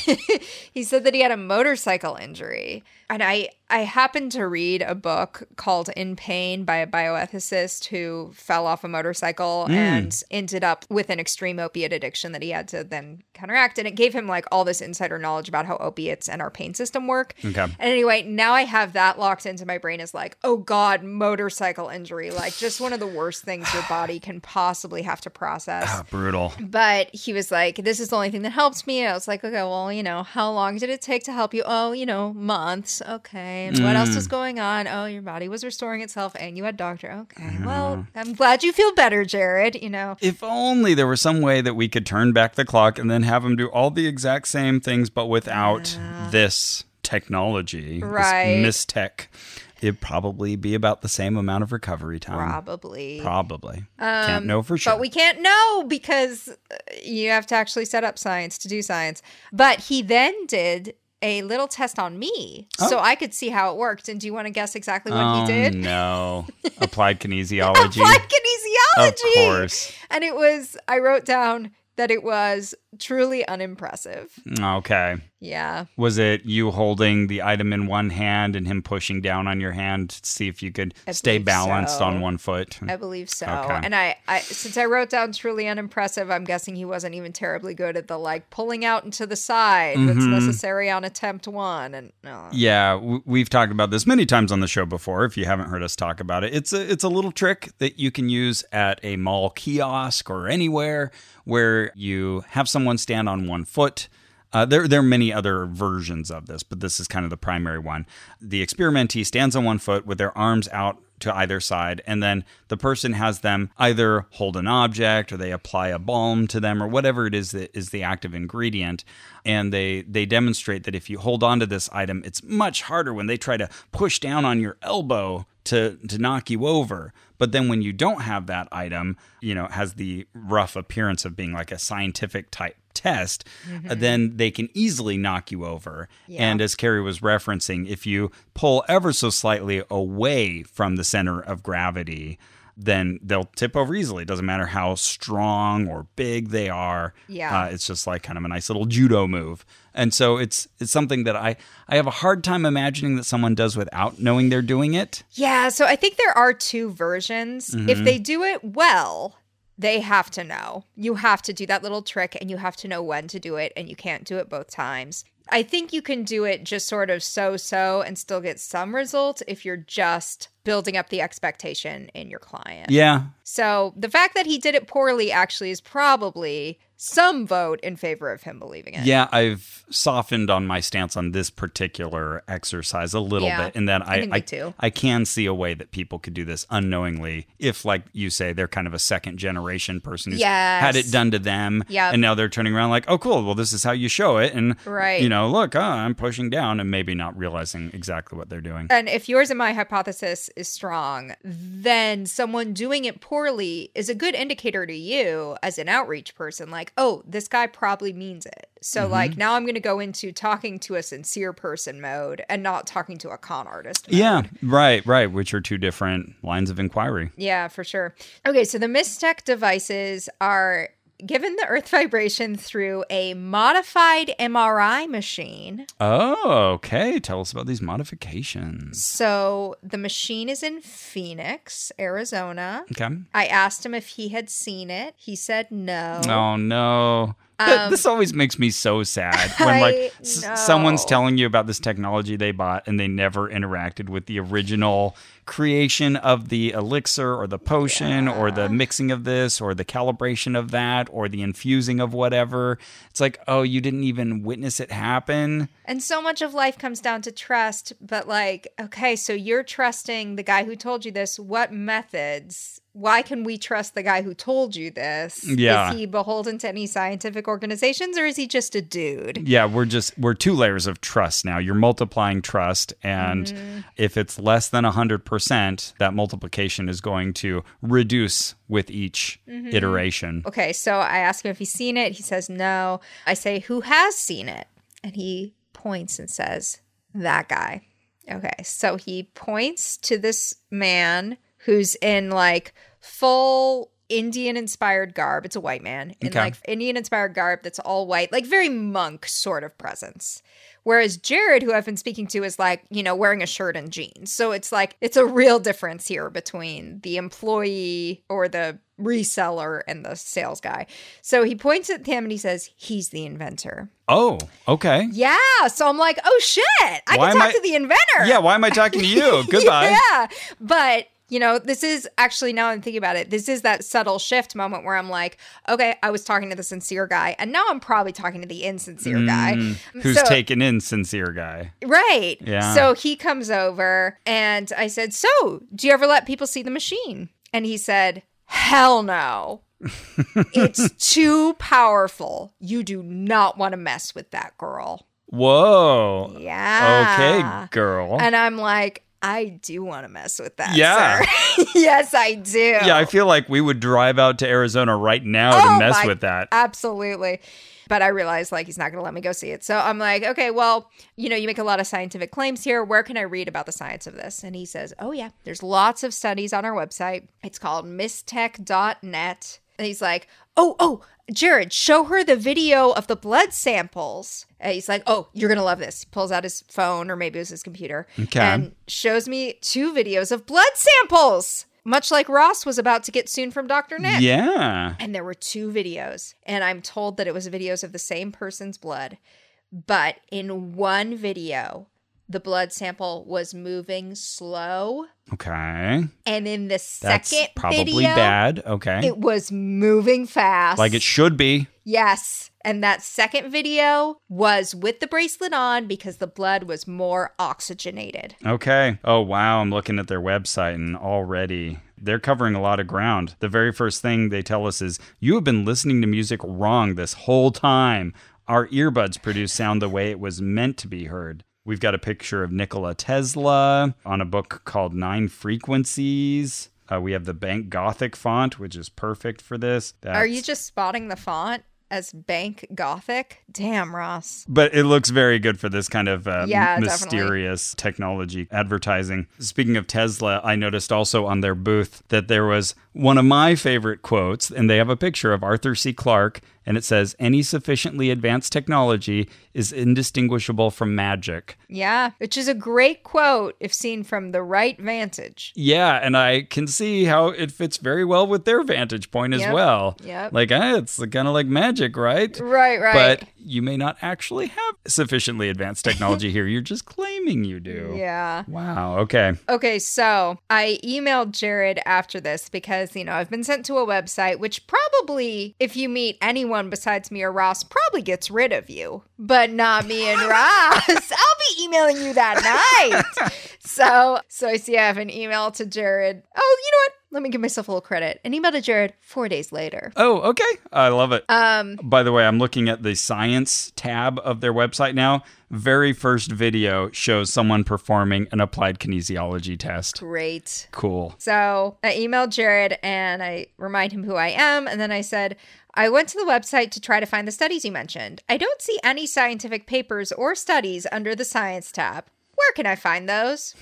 S1: he said that he had a motorcycle injury and i i happened to read a book called in pain by a bioethicist who fell off a motorcycle and ended up with an extreme opiate addiction that he had to then counteract and it gave him like all this insider knowledge about how opiates and our pain system work
S2: Okay.
S1: and anyway now i have that locked into my brain as like oh god motorcycle injury like just one of the worst things your body can possibly have to process
S2: Ah, brutal.
S1: but he was like, "This is the only thing that helps me." And I was like, "Okay, well, you know, how long did it take to help you?" Oh, you know, months. Okay. And what else was going on? Oh, your body was restoring itself, and you had doctor. Okay. Well, I'm glad you feel better, Jared. You know.
S2: If only there was some way that we could turn back the clock and then have him do all the exact same things, but without this technology,
S1: Right.
S2: this mistech, it'd probably be about the same amount of recovery time.
S1: Probably. Um,
S2: Probably. Can't know for sure.
S1: But we can't know because uh, you have to actually set up science to do science. But he then did a little test on me so I could see how it worked. And do you want to guess exactly what
S2: oh,
S1: he did?
S2: no. Applied kinesiology.
S1: applied kinesiology.
S2: Of course.
S1: And it was, I wrote down that it was truly unimpressive.
S2: Hmm. Okay.
S1: Yeah.
S2: Was it you holding the item in one hand and him pushing down on your hand to see if you could
S1: I
S2: stay
S1: believe
S2: balanced
S1: so.
S2: on one foot?
S1: I believe so.
S2: Okay.
S1: And I, I, since I wrote down truly unimpressive, I'm guessing he wasn't even terribly good at the like pulling out into the side that's necessary on attempt one. And no.
S2: Yeah, w- we've talked about this many times on the show before. If you haven't heard us talk about it, it's a it's a little trick that you can use at a mall kiosk or anywhere where you have someone stand on one foot. Uh, there, there are many other versions of this, but this is kind of the primary one. The experimentee stands on one foot with their arms out to either side, and then the person has them either hold an object or they apply a balm to them or whatever it is that is the active ingredient. And they they demonstrate that if you hold on to this item, it's much harder when they try to push down on your elbow to to knock you over. But then when you don't have that item, you know, it has the rough appearance of being like a scientific type test, uh, then they can easily knock you over. And as Carrie was referencing, if you pull ever so slightly away from the center of gravity, then they'll tip over easily. It doesn't matter how strong or big they are.
S1: Yeah.
S2: Uh, it's just like kind of a nice little judo move. And so it's it's something that I I have a hard time imagining that someone does without knowing they're doing it.
S1: Yeah, so I think there are two versions. If they do it well, they have to know. You have to do that little trick and you have to know when to do it, and you can't do it both times. I think you can do it just sort of so so and still get some results if you're just building up the expectation in your client.
S2: Yeah.
S1: So the fact that he did it poorly actually is probably some vote in favor of him believing it.
S2: Yeah, I've softened on my stance on this particular exercise a little
S1: Yeah,
S2: bit in that I
S1: think me
S2: I,
S1: too.
S2: I can see a way that people could do this unknowingly if like you say they're kind of a second generation person who's had
S1: Yes.
S2: it done to them
S1: Yep.
S2: and now they're turning around like, "Oh cool, well this is how you show it." And
S1: Right.
S2: you know, look, uh, I'm pushing down and maybe not realizing exactly what they're doing.
S1: And if yours and my hypothesis is strong, then someone doing it poorly is a good indicator to you as an outreach person, like, oh, this guy probably means it. So, like, now I'm going to go into talking to a sincere person mode and not talking to a con artist. mode.
S2: Yeah, right, right, which are two different lines of inquiry.
S1: Yeah, for sure. Okay, so the Mistech devices are given the earth vibration through a modified MRI machine.
S2: Oh, okay. Tell us about these modifications.
S1: So, the machine is in Phoenix, Arizona.
S2: Okay.
S1: I asked him if he had seen it. He said no.
S2: Oh no. That- this always makes me so sad when like
S1: Um, I
S2: s-
S1: know.
S2: someone's telling you about this technology they bought and they never interacted with the original creation of the elixir or the potion or the mixing of this or the calibration of that or the infusing of whatever. It's like, "Oh, you didn't even witness it happen."
S1: And so much of life comes down to trust, but like, okay, so you're trusting the guy who told you this. What methods? Why can we trust the guy who told you this?
S2: Yeah.
S1: Is he beholden to any scientific organizations or is he just a dude?
S2: Yeah, we're just we're two layers of trust now. You're multiplying trust and
S1: Mm-hmm.
S2: if it's less than 100%, that multiplication is going to reduce with each
S1: Mm-hmm.
S2: iteration.
S1: Okay, so I ask him if he's seen it. He says no. I say, who has seen it? And he points and says, that guy. Okay, so he points to this man who's in like full Indian inspired garb. It's a white man in
S2: Okay.
S1: like Indian inspired garb that's all white, like very monk sort of presence. Whereas Jared, who I've been speaking to, is like, you know, wearing a shirt and jeans. So it's like, it's a real difference here between the employee or the reseller and the sales guy. So he points at him and he says, he's the inventor.
S2: Oh, okay.
S1: Yeah. So I'm like, oh shit, I
S2: Why am
S1: can talk
S2: I-
S1: to the inventor.
S2: Yeah, why am I talking to you? Goodbye.
S1: Yeah. But, you know, this is actually now I'm thinking about it. This is that subtle shift moment where I'm like, okay, I was talking to the sincere guy, and now I'm probably talking to the insincere guy.
S2: Mm, Who's
S1: So-
S2: taken in sincere guy?
S1: Right.
S2: Yeah.
S1: So he comes over and I said, So, do you ever let people see the machine? And he said, Hell no. it's too powerful. You do not want to mess with that girl.
S2: Whoa.
S1: Yeah.
S2: Okay, girl.
S1: And I'm like, I do want to mess with that.
S2: Yeah.
S1: sir." yes, I do.
S2: yeah, I feel like we would drive out to Arizona right now
S1: Oh
S2: to mess
S1: my-
S2: with that.
S1: Absolutely. But I realized like he's not going to let me go see it. So I'm like, okay, well, you know, you make a lot of scientific claims here. Where can I read about the science of this? And he says, oh, yeah, there's lots of studies on our website. It's called mistech.net. And he's like, oh, oh, Jared, show her the video of the blood samples. And he's like, oh, you're going to love this. He pulls out his phone or maybe it was his computer
S2: Okay.
S1: and shows me two videos of blood samples, much like Ross was about to get soon from Dr. Nick
S2: yeah.
S1: and there were two videos and i'm told that it was videos of the same person's blood but in one video the blood sample was moving slow
S2: Okay.
S1: and in the
S2: That's
S1: second
S2: probably
S1: video
S2: bad. Okay.
S1: it was moving fast
S2: like it should be.
S1: yes and that second video was with the bracelet on because the blood was more oxygenated
S2: Okay. Oh, wow. I'm looking at their website and already they're covering a lot of ground. The very first thing they tell us is you have been listening to music wrong this whole time. Our earbuds produce sound the way it was meant to be heard. We've got a picture of Nikola Tesla on a book called Nine Frequencies. Uh, we have the Bank Gothic font, which is perfect for this.
S1: are you
S2: That's-
S1: just spotting the font as bank gothic damn ross
S2: but it looks very good for this kind of uh,
S1: Yeah,
S2: mysterious technology advertising. Speaking of Tesla, I noticed also on their booth that there was one of my favorite quotes, and they have a picture of Arthur C. Clarke, and it says, "Any sufficiently advanced technology is indistinguishable from magic."
S1: Yeah, which is a great quote if seen from the right vantage.
S2: Yeah, and I can see how it fits very well with their vantage point as
S1: Yep,
S2: well.
S1: yep.
S2: Like, eh, it's kind of like magic, right?
S1: Right, right.
S2: But you may not actually have sufficiently advanced technology here. You're just claiming you do.
S1: yeah.
S2: Wow. Okay.
S1: Okay, so I emailed Jared after this because, you know, I've been sent to a website which probably, if you meet anyone besides me or Ross, probably gets rid of you, but not me and Ross. I'll be emailing you that night. so, so I see I have an email to Jared. Oh, you know what? Let me give myself a little credit. An email to Jared four days later.
S2: Oh, okay. I love it.
S1: Um,
S2: By the way, I'm looking at the science tab of their website now. Very first video shows someone performing an applied kinesiology test.
S1: great.
S2: Cool.
S1: So I emailed Jared and I remind him who I am. And then I said, I went to the website to try to find the studies you mentioned. I don't see any scientific papers or studies under the science tab. Where can I find those?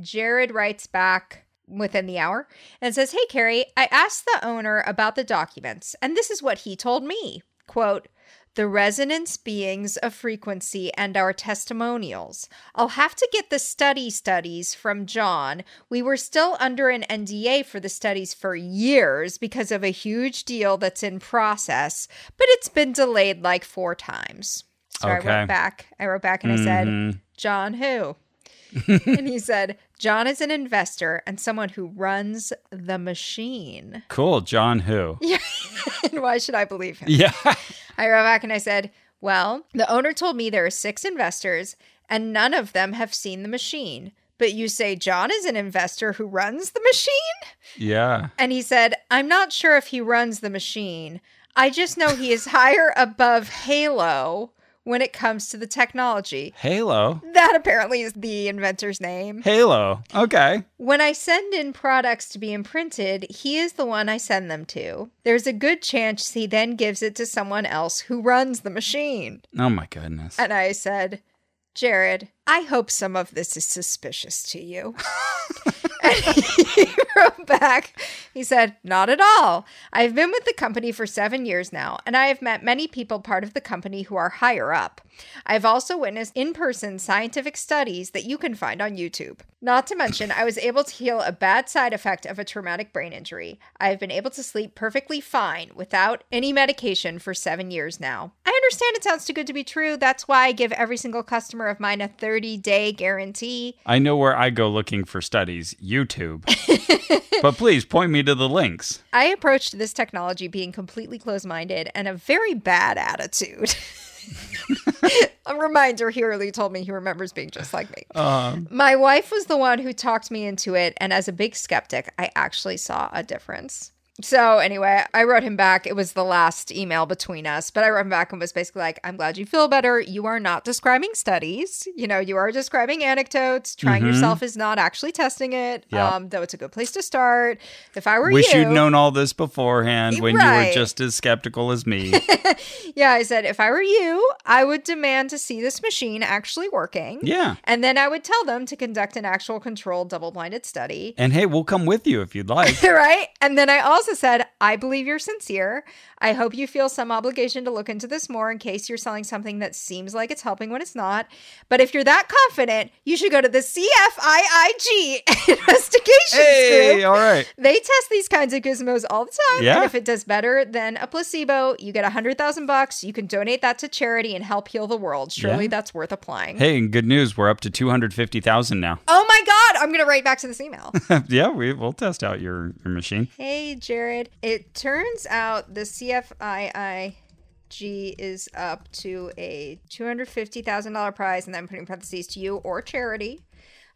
S1: Jared writes back within the hour and says, Hey, Carrie, I asked the owner about the documents, and this is what he told me. Quote, the resonance beings of frequency, and our testimonials. I'll have to get the study studies from John. We were still under an NDA for the studies for years because of a huge deal that's in process, but it's been delayed like four times. So I
S2: Okay.
S1: wrote back. I wrote back and I said, John, who? and he said, John is an investor and someone who runs the machine.
S2: Cool, John Who.
S1: Yeah. and why should I believe him?
S2: Yeah.
S1: I wrote back and I said, Well, the owner told me there are six investors and none of them have seen the machine. But you say John is an investor who runs the machine?
S2: Yeah.
S1: And he said, I'm not sure if he runs the machine. I just know he is higher above Halo when it comes to the technology.
S2: Halo.
S1: That apparently is the inventor's name.
S2: Halo. Okay.
S1: When I send in products to be imprinted, he is the one I send them to. There's a good chance he then gives it to someone else who runs the machine.
S2: Oh my goodness.
S1: And I said, Jared, I hope some of this is suspicious to you. and he wrote back, he said, Not at all. I've been with the company for seven years now, and I have met many people part of the company who are higher up. I've also witnessed in person scientific studies that you can find on YouTube. Not to mention, I was able to heal a bad side effect of a traumatic brain injury. I have been able to sleep perfectly fine without any medication for seven years now. I understand it sounds too good to be true. That's why I give every single customer of mine a 30 day guarantee.
S2: I know where I go looking for studies, YouTube. but please point me to the links.
S1: I approached this technology being completely closed minded and a very bad attitude. a reminder he really told me he remembers being just like me.
S2: Um,
S1: My wife was the one who talked me into it, and as a big skeptic, I actually saw a difference. So, anyway, I wrote him back. It was the last email between us, but I wrote him back and was basically like, I'm glad you feel better. You are not describing studies. You know, you are describing anecdotes. Trying yourself is not actually testing it,
S2: Mm-hmm. Yeah.
S1: um, though it's a good place to start. If I were
S2: wish
S1: you,
S2: you'd known all this beforehand when you
S1: Right.
S2: were just as skeptical as me.
S1: yeah, I said, if I were you, I would demand to see this machine actually working.
S2: yeah.
S1: And then I would tell them to conduct an actual controlled double blinded study.
S2: And hey, we'll come with you if you'd like.
S1: right? And then I also said, I believe you're sincere. I hope you feel some obligation to look into this more in case you're selling something that seems like it's helping when it's not. But if you're that confident, you should go to the CFIIG investigations
S2: hey,
S1: group.
S2: all right.
S1: They test these kinds of gizmos all the time.
S2: Yeah.
S1: And if it does better than a placebo, you get a hundred thousand bucks. You can donate that to charity and help heal the world. Surely
S2: Yeah.
S1: that's worth applying.
S2: Hey, and good news, we're up to 250,000 now.
S1: Oh my God, I'm gonna write back to this email.
S2: yeah, we, we'll test out your, your machine.
S1: Hey, Jared. It turns out the CFIIG is up to a $250,000 prize, and I'm putting parentheses to you or charity.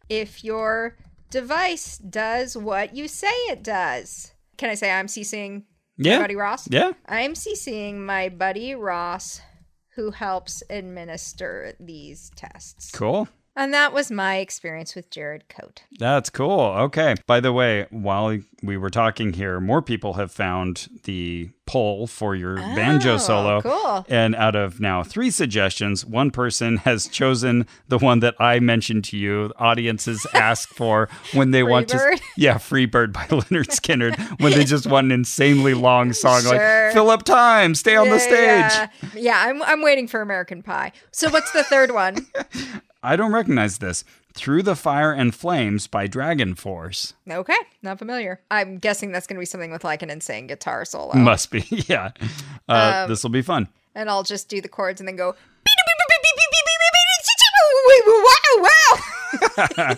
S1: If your device does what you say it does. Can I say I'm CCing my
S2: Yeah.
S1: buddy Ross?
S2: Yeah.
S1: I'm CCing my buddy Ross, who helps administer these tests.
S2: Cool.
S1: And that was my experience with Jared Coate.
S2: That's cool. Okay. By the way, while we were talking here, more people have found the poll for your banjo
S1: Oh,
S2: solo.
S1: cool.
S2: And out of now three suggestions, one person has chosen the one that I mentioned to you. Audiences ask for when they want
S1: Bird?
S2: to. Yeah, Free Bird by Leonard Skinner, when they just want an insanely long song
S1: Sure.
S2: like, fill up time, stay on the stage.
S1: Yeah, yeah. Yeah, I'm, I'm waiting for American Pie. So what's the third one?
S2: I don't recognize this. Through the Fire and Flames by Dragon Force.
S1: okay, not familiar. I'm guessing that's going to be something with like an insane guitar solo.
S2: Must be. Yeah. Uh,
S1: Um,
S2: this will be fun.
S1: and I'll just do the chords and then go. Wow, wow.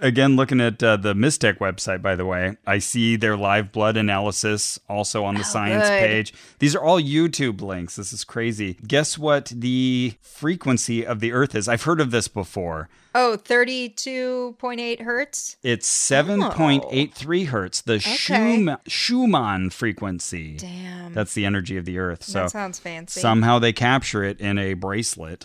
S2: Again, looking at uh, the Mystic website, by the way, I see their live blood analysis also on the science
S1: Oh, good.
S2: page. These are all YouTube links. This is crazy. Guess what the frequency of the Earth is? I've heard of this before.
S1: Oh, 32.8 hertz.
S2: It's
S1: Oh.
S2: 7.83 hertz, the Schum- Schumann frequency.
S1: Damn.
S2: That's the energy of the Earth. So
S1: that sounds fancy.
S2: somehow they capture it in a bracelet.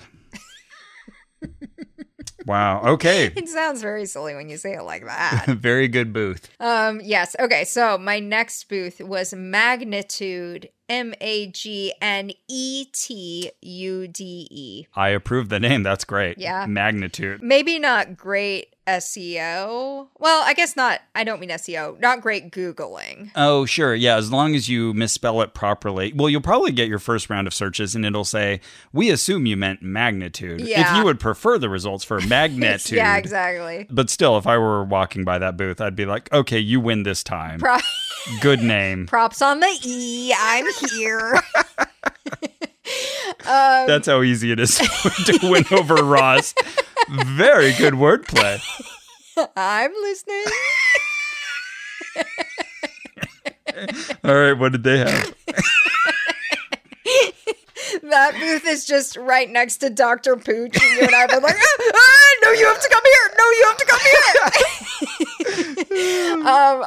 S2: wow. Okay.
S1: it sounds very silly when you say it like that.
S2: Very good booth.
S1: Um, yes. Okay. So my next booth was Magnitude, M A G N E T U D E.
S2: I approve the name. That's great.
S1: Yeah.
S2: Magnitude.
S1: Maybe not great SEO. Well, I guess not. I don't mean SEO. Not great Googling.
S2: Oh, sure. Yeah. As long as you misspell it properly. Well, you'll probably get your first round of searches and it'll say, We assume you meant magnitude. If
S1: Yeah.
S2: you would prefer the results for magnitude.
S1: Yeah, exactly.
S2: But still, if I were walking by that booth, I'd be like, Okay, you win this time.
S1: Pro-
S2: Good name.
S1: props on the E. I'm here. um,
S2: That's how easy it is to win over Ross. Very good wordplay.
S1: I'm listening.
S2: All right, what did they have?
S1: That booth is just right next to Dr. Pooch. And you and I have been like, ah, ah, no, you have to come here. No, you have to come here.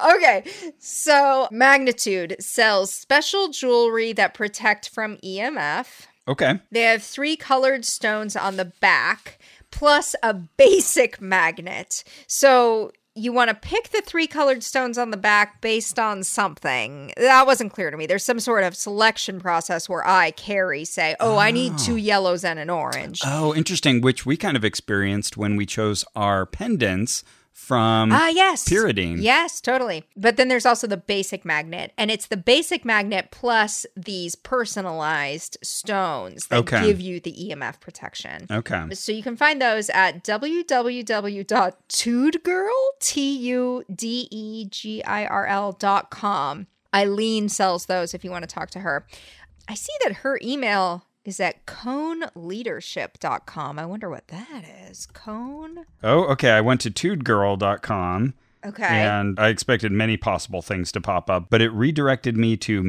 S1: um, okay. So, Magnitude sells special jewelry that protect from EMF.
S2: Okay.
S1: They have three colored stones on the back, plus a basic magnet. So you want to pick the three colored stones on the back based on something. That wasn't clear to me. There's some sort of selection process where I, Carrie, say, oh, I need two yellows and an orange.
S2: Oh, interesting. Which we kind of experienced when we chose our pendants from.
S1: Ah, yes.
S2: Mm. Pyridine.
S1: Yes, totally. But then there's also the basic magnet, and it's the basic magnet plus these personalized stones that
S2: Okay.
S1: give you the EMF protection.
S2: okay.
S1: So you can find those at www.tudegirl, T U D E G I R L dot com. Eileen sells those if you want to talk to her. I see that her email is at coneleadership.com. I wonder what that is. Cone?
S2: Oh, okay. I went to tudegirl.com
S1: Okay.
S2: and I expected many possible things to pop up, but it redirected me to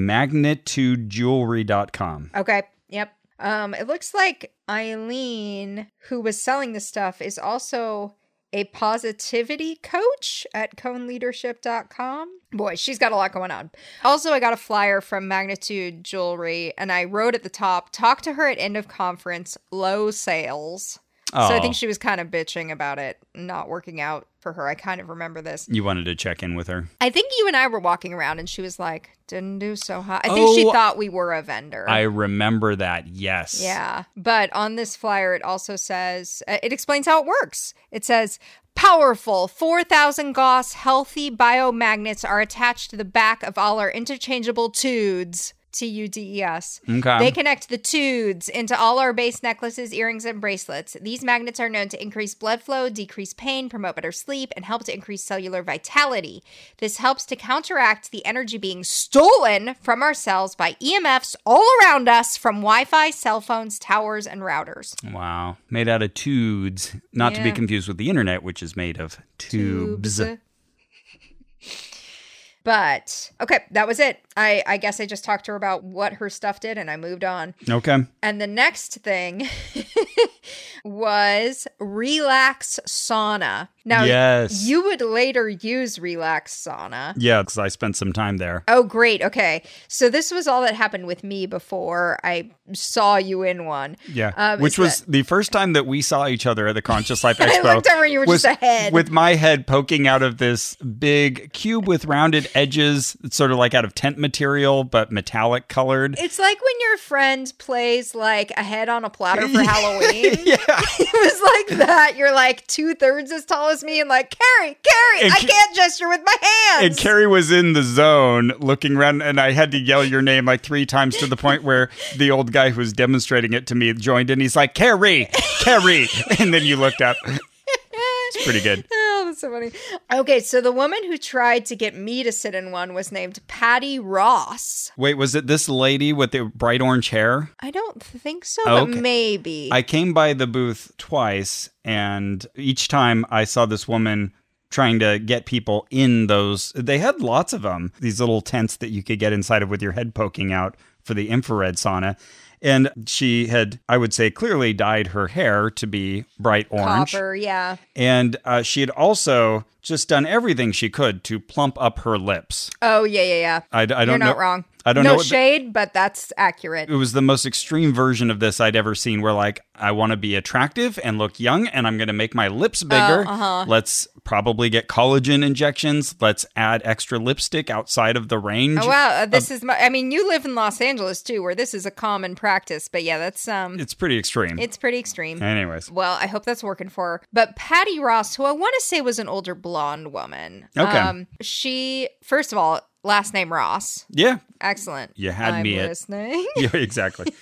S2: magnitudejewelry.com.
S1: Okay. Yep. Um, it looks like Eileen, who was selling this stuff, is also a positivity coach at coneleadership.com. Boy, she's got a lot going on. Also, I got a flyer from Magnitude Jewelry and I wrote at the top, talk to her at end of conference, low sales. So I
S2: Aw.
S1: think she was kind of bitching about it not working out for her. I kind of remember this.
S2: Oh, You wanted to check in with her.
S1: I think you and I were walking around and she was like, didn't do so hot. I think she
S2: Oh,
S1: thought we were a vendor.
S2: I remember that. Yes.
S1: Yeah. But on this flyer, it also says uh, it explains how it works. It says powerful 4,000 Gauss healthy biomagnets are attached to the back of all our interchangeable tudes. T U D E S.
S2: Okay.
S1: They connect the tudes into all our base necklaces, earrings, and bracelets. These magnets are known to increase blood flow, decrease pain, promote better sleep, and help to increase cellular vitality. This helps to counteract the energy being stolen from our cells by EMFs all around us from Wi Fi, cell phones, towers, and routers.
S2: Wow. Made out of tudes, not to be
S1: Yeah.
S2: confused with the internet, which is made of tubes.
S1: But okay, that was it. I, I guess I just talked to her about what her stuff did and I moved on.
S2: Okay.
S1: And the next thing was Relax Sauna. Now,
S2: Yes.
S1: you would later use Relax Sauna.
S2: Yeah, because I spent some time there.
S1: Oh, great. Okay. So, this was all that happened with me before I saw you in one.
S2: Yeah,
S1: Um,
S2: which
S1: is
S2: was
S1: that-
S2: the first time that we saw each other at the Conscious Life
S1: I
S2: Expo.
S1: looked over and you were
S2: was
S1: just a head.
S2: with my head poking out of this big cube with rounded edges, It's sort of like out of tent material but metallic colored.
S1: It's like when your friend plays like a head on a platter for Halloween.
S2: yeah,
S1: it was like that. You're like two thirds as tall as me, and like Carrie, Carrie,
S2: And
S1: I
S2: Ca-
S1: can't gesture with my hands.
S2: and Carrie was in the zone looking around, and I had to yell your name like three times to the point where the old guy who was demonstrating it to me joined in. He's like, "Carrie, Carrie," and then you looked up. It's pretty good.
S1: Oh, that's so funny. Okay, so the woman who tried to get me to sit in one was named Patty Ross.
S2: Wait, was it this lady with the bright orange hair?
S1: I don't think so,
S2: Okay.
S1: but maybe.
S2: I came by the booth twice, and each time I saw this woman trying to get people in those. They had lots of them, these little tents that you could get inside of with your head poking out for the infrared sauna. And she had, I would say, clearly dyed her hair to be bright orange.
S1: Copper, yeah.
S2: And uh, she had also just done everything she could to plump up her lips.
S1: Oh, yeah, yeah, yeah.
S2: I, I don't
S1: You're
S2: know.
S1: not wrong.
S2: I don't know.
S1: no
S2: what the-
S1: shade, but that's accurate.
S2: it was the most extreme version of this I'd ever seen where like I want to be attractive and look young and I'm going to make my lips bigger.
S1: Uh, uh-huh.
S2: Let's probably get collagen injections. Let's add extra lipstick outside of the range.
S1: Oh, wow, uh,
S2: um,
S1: this is. My, I mean, you live in Los Angeles too, where this is a common practice. But yeah, that's um,
S2: It's pretty extreme.
S1: it's pretty extreme.
S2: Anyways.
S1: Well, I hope that's working for her. But Patty Ross, who I want to say was an older blonde woman. um,
S2: Okay.
S1: she first of all, last name Ross.
S2: Yeah.
S1: Excellent.
S2: You had
S1: I'm
S2: me at-
S1: listening.
S2: Yeah, exactly.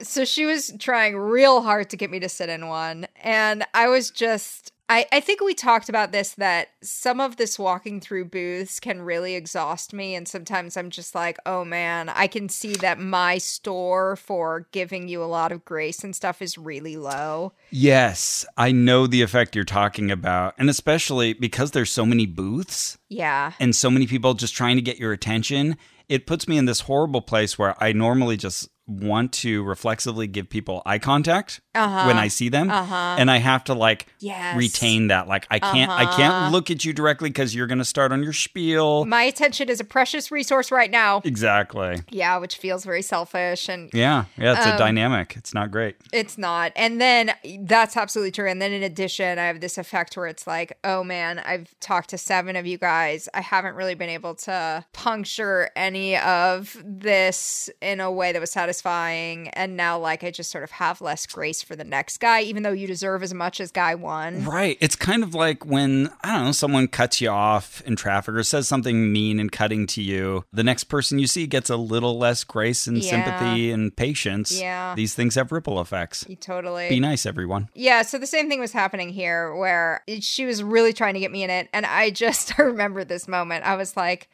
S1: so she was trying real hard to get me to sit in one and i was just I, I think we talked about this that some of this walking through booths can really exhaust me. And sometimes I'm just like, oh man, I can see that my store for giving you a lot of grace and stuff is really low.
S2: yes, I know the effect you're talking about. And especially because there's so many booths
S1: Yeah.
S2: and so many people just trying to get your attention, it puts me in this horrible place where I normally just want to reflexively give people eye contact when I see them, and I have to like
S1: Yes.
S2: retain that. Like I can't, I can't look at you directly because you're going to start on your spiel.
S1: My attention is a precious resource right now.
S2: exactly.
S1: Yeah, which feels very selfish and
S2: Yeah, yeah. It's a dynamic. It's not great.
S1: It's not. And then e, that's absolutely true. And then in addition, I have this effect where it's like, oh man, I've talked to seven of you guys. I haven't really been able to puncture any of this in a way that was satisfying. And now, like, I just sort of have less grace for the next guy, even though you deserve as much as guy one.
S2: Right. It's kind of like when, I don't know, someone cuts you off in traffic or says something mean and cutting to you. The next person you see gets a little less grace and
S1: Yeah.
S2: sympathy and patience.
S1: Yeah.
S2: These things have ripple effects.
S1: Totally.
S2: Be nice, everyone.
S1: Yeah, so the same thing was happening here where it- she was really trying to get me in it. And I just I remember this moment. I was like,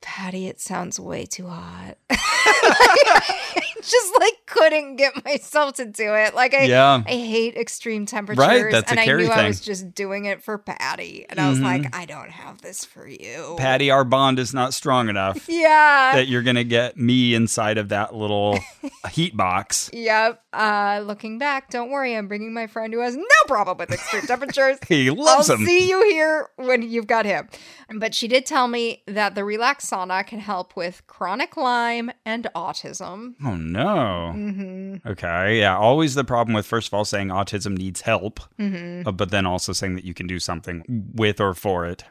S1: Patty, it sounds way too hot. Like, I just like couldn't get myself to do it. Like I
S2: Yeah.
S1: I hate extreme temperatures.
S2: that's a
S1: and I
S2: Carrie
S1: knew I
S2: thing. Mm-hmm.
S1: was just doing it for Patty. And I was like, I don't have this for you.
S2: Patty, our bond is not strong enough
S1: yeah.
S2: that you're going to get me inside of that little heat box.
S1: Yep. Uh, looking back, don't worry. I'm bringing my friend who has no problem with extreme temperatures.
S2: He loves
S1: I'll
S2: them.
S1: see you here when you've got him. But she did tell me that the relax sauna can help with chronic Lyme and autism.
S2: Oh, no. Okay. Yeah. Always the problem with, first of all, saying autism needs help, uh, but then also saying that you can do something with or for it.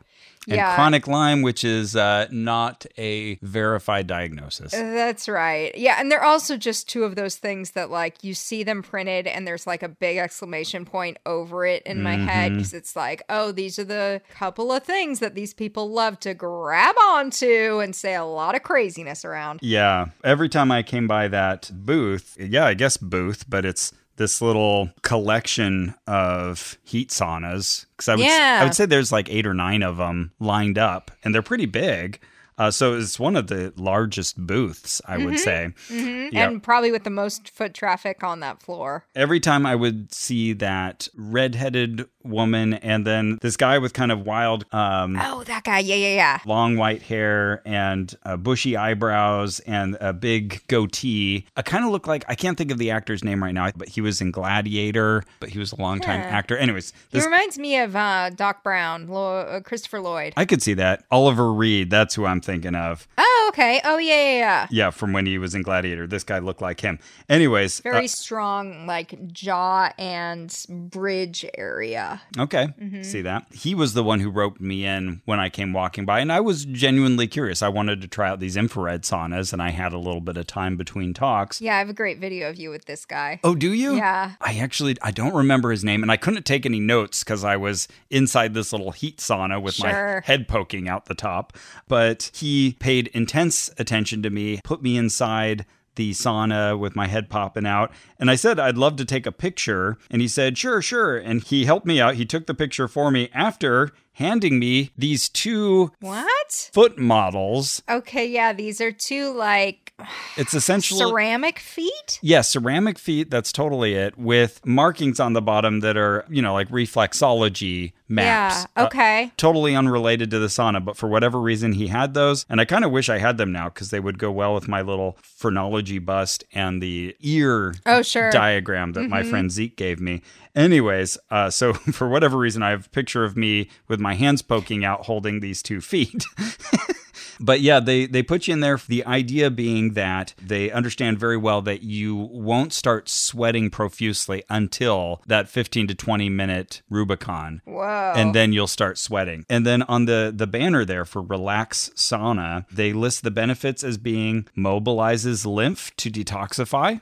S2: And
S1: Yeah.
S2: chronic Lyme, which is uh, not a verified diagnosis.
S1: That's right. Yeah, and they're also just two of those things that like you see them printed and there's like a big exclamation point over it in my head because it's like, oh, these are the couple of things that these people love to grab onto and say a lot of craziness around.
S2: yeah. Every time I came by that booth, yeah, I guess booth, but it's this little collection of heat saunas because I would
S1: Yeah.
S2: I would say there's like eight or nine of them lined up, and they're pretty big. Uh, so it's one of the largest booths, I would say. Yeah.
S1: Mm-hmm. And probably with the most foot traffic on that floor.
S2: every time I would see that redheaded woman and then this guy with kind of wild, um,
S1: Oh, that guy. Yeah, yeah, yeah.
S2: long white hair and uh, bushy eyebrows and a big goatee. I kind of look like I can't think of the actor's name right now, but he was in Gladiator, but he was a longtime
S1: Yeah.
S2: actor. Anyways,
S1: He
S2: this.
S1: reminds me of uh, Doc Brown, Lo- uh, Christopher Lloyd.
S2: I could see that. Oliver Reed, that's who I'm thinking of.
S1: oh, okay. Oh, yeah, yeah, yeah.
S2: Yeah, from when he was in Gladiator. This guy looked like him. Anyways, uh,
S1: Very strong, like jaw and bridge area.
S2: Okay,
S1: Mm-hmm.
S2: see that. He was the one who roped me in when I came walking by, and I was genuinely curious. I wanted to try out these infrared saunas, and I had a little bit of time between talks.
S1: Yeah, I have a great video of you with this guy.
S2: Oh, do you?
S1: Yeah.
S2: I actually I don't remember his name, and I couldn't take any notes because I was inside this little heat sauna with my
S1: Sure.
S2: head poking out the top. But he paid intense attention to me, put me inside the sauna with my head popping out. And I said, I'd love to take a picture. And he said, sure, sure. And he helped me out. He took the picture for me after handing me these two
S1: What?
S2: foot models.
S1: Okay, yeah, these are two like
S2: It's essentially.
S1: ceramic feet.
S2: Yeah, ceramic feet, that's totally it, with markings on the bottom that are, you know, like reflexology maps.
S1: Yeah.
S2: Uh,
S1: Okay.
S2: totally unrelated to the sauna, but for whatever reason, he had those. And I kind of wish I had them now because they would go well with my little phrenology bust and the ear
S1: Oh, sure. Mm-hmm.
S2: diagram that my friend Zeke gave me. Anyways, uh, so for whatever reason, I have a picture of me with my hands poking out holding these two feet. But yeah, they they put you in there. The idea being that they understand very well that you won't start sweating profusely until that 15 to 20 minute Rubicon.
S1: Whoa.
S2: And then you'll start sweating. And then on the the banner there for relax sauna, they list the benefits as being mobilizes lymph to detoxify,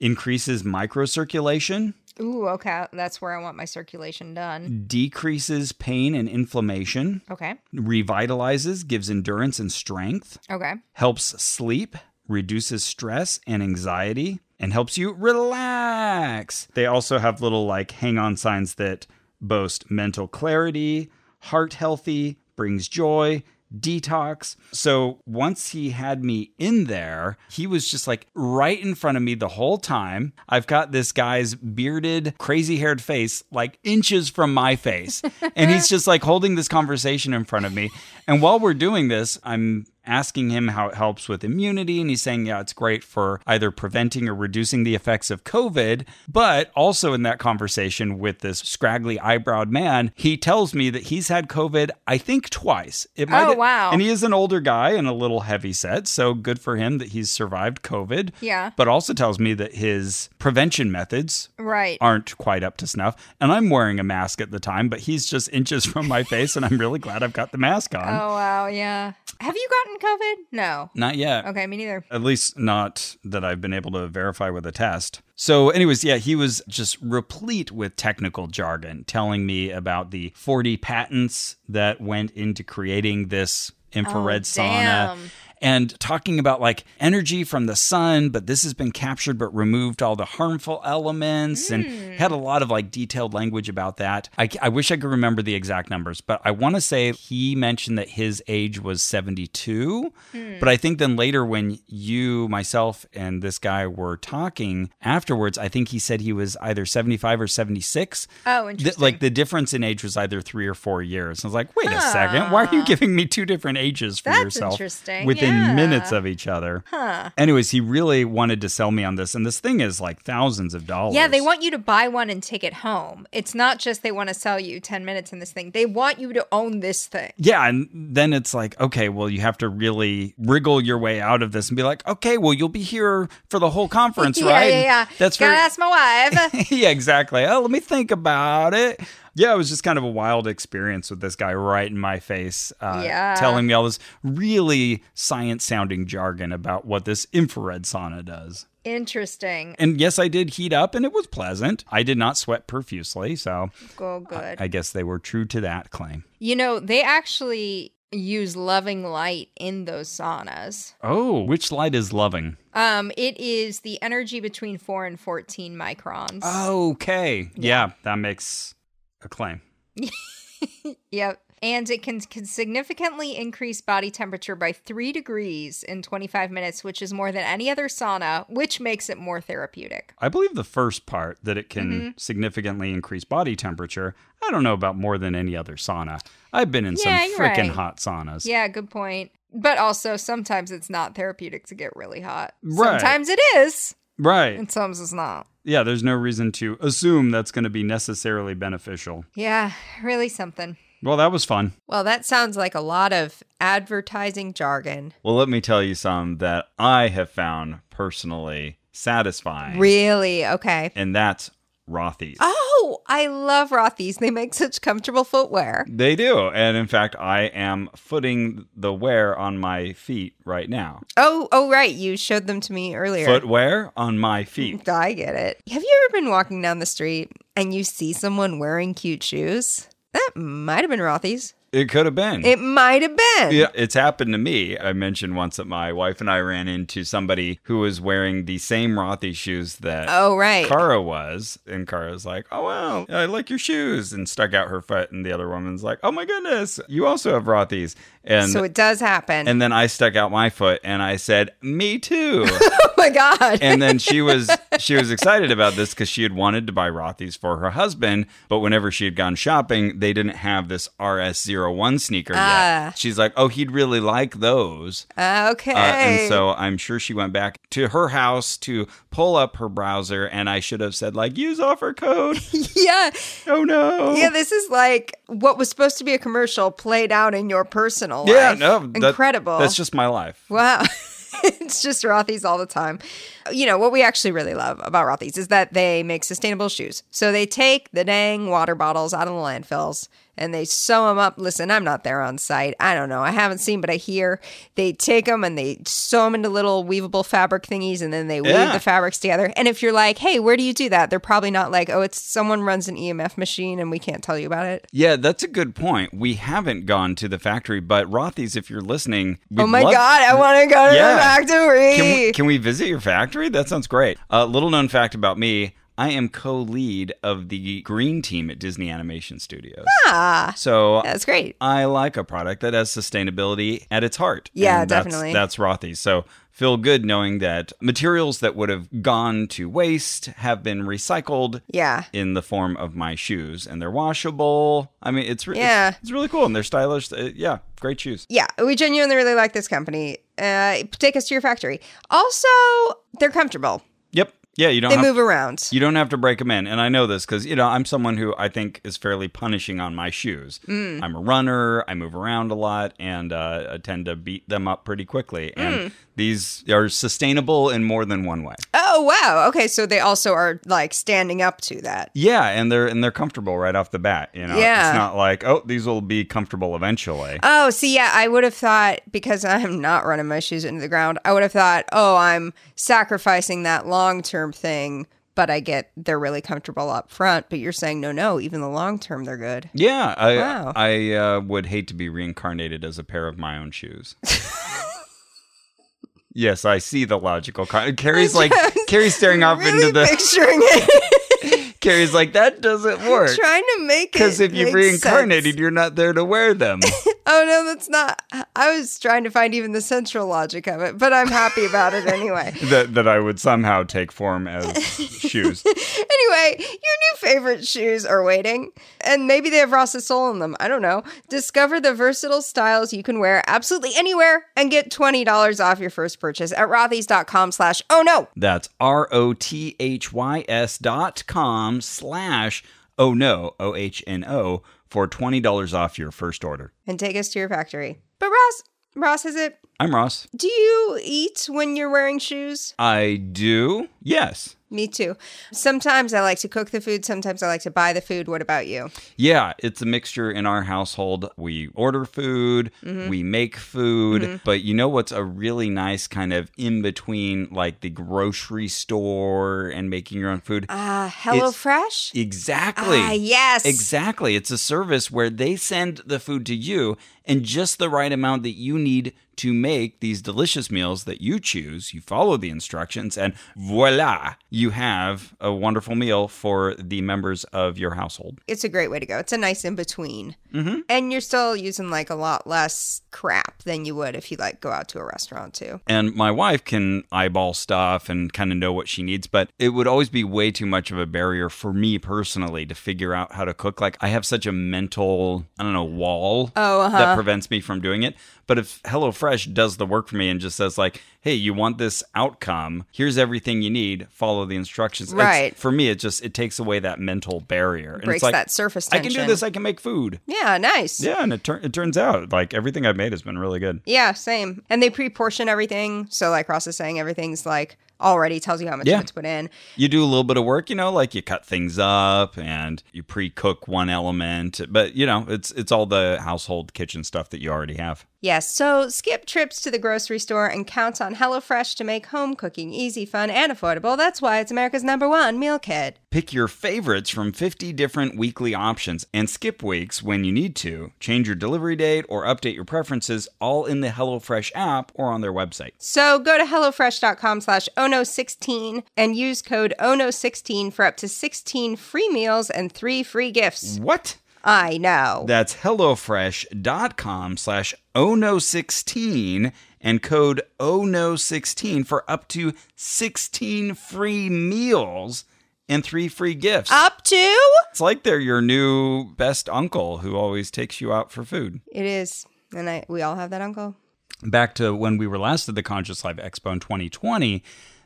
S2: increases microcirculation,
S1: Ooh, okay. That's where I want my circulation done.
S2: Mm. decreases pain and inflammation,
S1: Okay.
S2: revitalizes, gives endurance and strength,
S1: Okay.
S2: helps sleep, reduces stress and anxiety, and helps you relax. They also have little like hang on signs that boast mental clarity, heart healthy, brings joy. Detox. So once he had me in there, he was just like right in front of me the whole time. I've got this guy's bearded, crazy haired face like inches from my face. and he's just like holding this conversation in front of me. And while we're doing this, I'm asking him how it helps with immunity. And he's saying, yeah, it's great for either preventing or reducing the effects of COVID. But also in that conversation with this scraggly eyebrowed man, he tells me that he's had COVID, I think, twice. It might
S1: Oh, wow.
S2: And he is an older guy and a little heavy set. So good for him that he's survived COVID.
S1: Yeah.
S2: But also tells me that his prevention methods
S1: Right.
S2: aren't quite up to snuff. And I'm wearing a mask at the time, but he's just inches from my face. And I'm really glad I've got the mask on.
S1: Oh wow, yeah. Have you gotten COVID? No.
S2: Not yet.
S1: Okay, me neither.
S2: At least not that I've been able to verify with a test. So, anyways, yeah, he was just replete with technical jargon, telling me about the 40 patents that went into creating this infrared
S1: Oh,
S2: sauna.
S1: damn.
S2: And talking about like energy from the sun, but this has been captured but removed all the harmful elements and
S1: Hmm.
S2: had a lot of like detailed language about that. I, I wish I could remember the exact numbers, but I want to say he mentioned that his age was 72.
S1: Hmm.
S2: But I think then later when you, myself, and this guy were talking afterwards, I think he said he was either 75 or 76.
S1: Oh,
S2: Th-
S1: interesting.
S2: like the difference in age was either three or four years. I was like, wait a second, why are you giving me two different ages for
S1: That's
S2: yourself
S1: interesting.
S2: within
S1: Yeah.
S2: minutes of each other? Huh. Anyways, he really wanted to sell me on this, and this thing is like thousands of dollars.
S1: yeah, they want you to buy one and take it home. It's not just they want to sell you 10 minutes in this thing. They want you to own this thing.
S2: Yeah, and then it's like, okay, well, you have to really wriggle your way out of this and be like, okay, well, you'll be here for the whole conference,
S1: yeah,
S2: right?
S1: yeah, yeah.
S2: That's
S1: Gotta
S2: very-
S1: ask my wife.
S2: yeah, exactly. Oh, let me think about it. Yeah, it was just kind of a wild experience with this guy right in my face, uh,
S1: Yeah.
S2: telling me all this really science sounding jargon about what this infrared sauna does.
S1: interesting.
S2: And yes, I did heat up and it was pleasant. I did not sweat profusely, so
S1: Go good.
S2: I guess they were true to that claim.
S1: you know, they actually use loving light in those saunas.
S2: Oh, which light is loving?
S1: Um it is the energy between 4 and 14 microns.
S2: Oh. Okay. Yeah, that makes a claim.
S1: Yep. And it can, can significantly increase body temperature by three degrees in 25 minutes, which is more than any other sauna, which makes it more therapeutic.
S2: I believe the first part that it can
S1: Mm-hmm.
S2: significantly increase body temperature. I don't know about more than any other sauna. I've been in
S1: Yeah,
S2: some
S1: you're
S2: freaking
S1: right.
S2: hot saunas.
S1: Yeah, good point. But also, sometimes it's not therapeutic to get really hot.
S2: Right.
S1: Sometimes it is,
S2: Right.
S1: and sometimes it's not.
S2: Yeah, there's no reason to assume that's going to be necessarily beneficial.
S1: Yeah, really something.
S2: Well, that was fun.
S3: Well, that sounds like a lot of advertising jargon.
S4: Well, let me tell you some that I have found personally satisfying.
S3: Really? Okay.
S4: and that's Rothy's.
S3: Oh, I love Rothy's. They make such comfortable footwear.
S4: They do. And in fact, I am footing the wear on my feet right now.
S3: Oh, oh, right. You showed them to me earlier.
S4: Footwear on my feet.
S3: I get it. Have you ever been walking down the street and you see someone wearing cute shoes? That might have been Rothy's.
S4: It could have been.
S3: It might have been.
S4: Yeah, it's happened to me. I mentioned once that my wife and I ran into somebody who was wearing the same Rothy shoes that
S3: Oh, right.
S4: Kara was. And Kara was like, Oh, wow, I like your shoes. And stuck out her foot. And the other woman's like, Oh, my goodness, you also have Rothy's. And,
S3: so it does happen.
S4: and then I stuck out my foot and I said, Me too.
S3: oh my god.
S4: and then she was
S2: she was excited about this because she had wanted to buy Rothy's for her husband, but whenever she had gone shopping, they didn't have this RS01 sneaker
S1: Ah.
S2: yet. She's like, oh, he'd really like those.
S1: Okay.
S2: Uh, and so I'm sure she went back to her house to pull up her browser, and I should have said, like, use offer code.
S1: yeah.
S2: oh, no.
S1: Yeah, this is like what was supposed to be a commercial played out in your personal life.
S2: Yeah, no. that-
S1: Incredible.
S2: That's just my life.
S1: Wow. it's just Rothy's all the time. You know, what we actually really love about Rothy's is that they make sustainable shoes. So they take the dang water bottles out of the landfills and they sew them up. Listen, I'm not there on site. I don't know. I haven't seen, but I hear they take them and they sew them into little weavable fabric thingies and then they weave
S2: Yeah.
S1: the fabrics together. And if you're like, hey, where do you do that? They're probably not like, oh, it's someone runs an EMF machine and we can't tell you about it.
S2: Yeah, that's a good point. We haven't gone to the factory, but Rothy's, if you're listening, we'd
S1: Oh my
S2: love-
S1: God, I want to go to
S2: Yeah.
S1: the factory.
S2: Can we, can we visit your factory? That sounds great. uh, little known fact about me I am co lead of the green team at Disney Animation Studios.
S1: ah,
S2: So
S1: that's great.
S2: I like a product that has sustainability at its heart.
S1: Yeah,
S2: And that's-
S1: definitely.
S2: That's Rothy's. So feel good knowing that materials that would have gone to waste have been recycled.
S1: Yeah.
S2: In the form of my shoes, and they're washable. I mean, it's, re- it's-
S1: Yeah.
S2: it's really cool, and they're stylish. Uh, yeah, great shoes.
S1: yeah, we genuinely really like this company. Uh, take us to your factory. Also, they're comfortable.
S2: Yep. Yeah, you don't
S1: They
S2: have
S1: move around.
S2: Uh-huh. You don't have to break them in. And I know this because, you know, I'm someone who I think is fairly punishing on my shoes.
S1: Mm.
S2: I'm a runner, I move around a lot, and uh, I tend to beat them up pretty quickly.
S1: Mm.
S2: And these are sustainable in more than one way.
S1: oh wow. Okay, so they also are like standing up to that.
S2: Yeah, and they're and they're comfortable right off the bat. You know,
S1: Yeah.
S2: it's not like oh, these will be comfortable eventually.
S1: Oh, see, yeah, I would have thought because I'm not running my shoes into the ground, I would have thought, oh, I'm sacrificing that long term thing, but I get they're really comfortable up front. But you're saying, no, no, even the long term, they're good.
S2: yeah, I
S1: Wow.
S2: I uh, would hate to be reincarnated as a pair of my own shoes. yes, I see the logical. Con- Carrie's like Carrie's staring off
S1: Really
S2: into the
S1: picturing it,
S2: Carrie's like, that doesn't work.
S1: trying to make it.
S2: Because if you
S1: make
S2: reincarnated,
S1: sense.
S2: you're not there to wear them.
S1: Oh no, that's not. I was trying to find even the central logic of it, but I'm happy about it anyway.
S2: that, that I would somehow take form as shoes.
S1: Anyway, your new favorite shoes are waiting, and maybe they have Ross's sole in them. I don't know. Discover the versatile styles you can wear absolutely anywhere, and get twenty dollars off your first purchase at Rothys.com/slash. Oh no,
S2: That's R O T H Y S dot com slash oh no, O H N O, for $20 off your first order.
S1: and take us to your factory. But Ross, Ross, is it?
S2: I'm Ross.
S1: Do you eat when you're wearing shoes?
S2: I do. Yes.
S1: Me too. Sometimes I like to cook the food. Sometimes I like to buy the food. What about you?
S2: Yeah, it's a mixture in our household. We order food, we make food, but you know what's a really nice kind of in between, like the grocery store and making your own food?
S1: Ah, HelloFresh.
S2: Exactly.
S1: Ah, yes.
S2: Exactly. It's a service where they send the food to you and just the right amount that you need to make these delicious meals that you choose. You follow the instructions, and voila, you have a wonderful meal for the members of your household.
S1: It's a great way to go. It's a nice in between,
S2: Mm-hmm.
S1: and you're still using like a lot less crap than you would if you like go out to a restaurant too.
S2: And my wife can eyeball stuff and kind of know what she needs, but it would always be way too much of a barrier for me personally to figure out how to cook. Like I have such a mental, I don't know, wall
S1: Oh, uh-huh.
S2: that prevents me from doing it. But if HelloFresh does the work for me and just says like, "Hey, you want this outcome? Here's everything you need. Follow the instructions." It's-
S1: Right.
S2: for me, it just it takes away that mental barrier. And
S1: Breaks
S2: it's like,
S1: that surface
S2: I
S1: tension.
S2: can do this. I can make food.
S1: Yeah, nice.
S2: Yeah, and it, tur- it turns out like everything I've made has been really good.
S1: Yeah, same. And they pre-portion everything, so like Ross is saying, everything's like already tells you how much
S2: Yeah.
S1: of it to put in.
S2: you do a little bit of work, you know, like you cut things up and you pre-cook one element, but you know, it's it's all the household kitchen stuff that you already have.
S1: Yes, so skip trips to the grocery store and count on HelloFresh to make home cooking easy, fun, and affordable. That's why it's America's number one meal kit.
S2: Pick your favorites from 50 different weekly options and skip weeks when you need to. Change your delivery date or update your preferences all in the HelloFresh app or on their website.
S1: So go to HelloFresh.com slash ONO16 and use code ONO16 for up to 16 free meals and three free gifts.
S2: What?
S1: I know.
S2: That's HelloFresh.com slash ono16
S5: and code ONO16 for up to 16 free meals and three free gifts.
S1: Up to?
S5: it's like they're your new best uncle who always takes you out for food.
S1: It is. And I, we all have that uncle.
S2: back to when we were last at the Conscious Life Expo in 2020,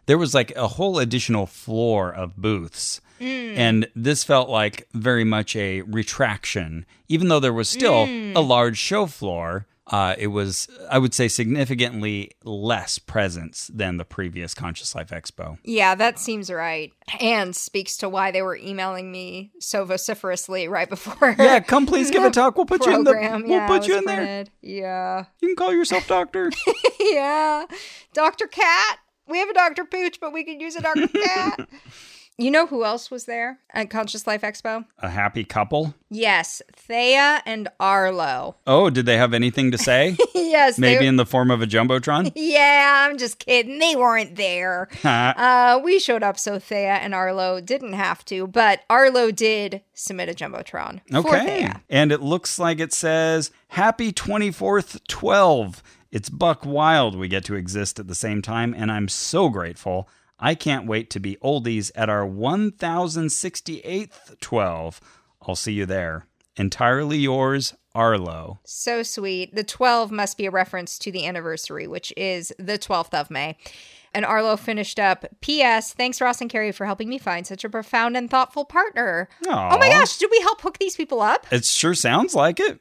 S2: there was like a whole additional floor of booths.
S3: Mm.
S2: And this felt like very much a retraction. Even though there was still
S3: Mm.
S2: a large show floor, uh, it was, I would say, significantly less presence than the previous Conscious Life Expo.
S3: Yeah, that seems right. And speaks to why they were emailing me so vociferously right before.
S2: Yeah, come please give a talk. We'll put you in
S3: program.
S2: the. We'll
S3: yeah,
S2: put you
S3: was
S2: in there.
S3: printed. Yeah.
S2: You can call yourself doctor.
S3: Yeah. Dr. Cat. We have a Dr. Pooch, but we could use a Dr. Cat. You know who else was there at Conscious Life Expo?
S2: a happy couple.
S3: Yes, Thea and Arlo.
S2: Oh, did they have anything to say?
S3: yes, they-
S2: Maybe in the form of a jumbotron.
S3: Yeah, I'm just kidding. They weren't there. uh, we showed up so Thea and Arlo didn't have to, but Arlo did submit a jumbotron for
S2: Okay.
S3: Thea.
S2: And it looks like it says Happy 24th 12. It's Buck Wild we get to exist at the same time and I'm so grateful. I can't wait to be oldies at our 1068th 12. I'll see you there. Entirely yours, Arlo.
S3: So sweet. The 12 must be a reference to the anniversary, which is the 12th of May. And Arlo finished up. P.S. Thanks, Ross and Carrie, for helping me find such a profound and thoughtful partner. Oh my
S2: Aw.
S3: gosh, did we help hook these people up?
S2: It sure sounds like it.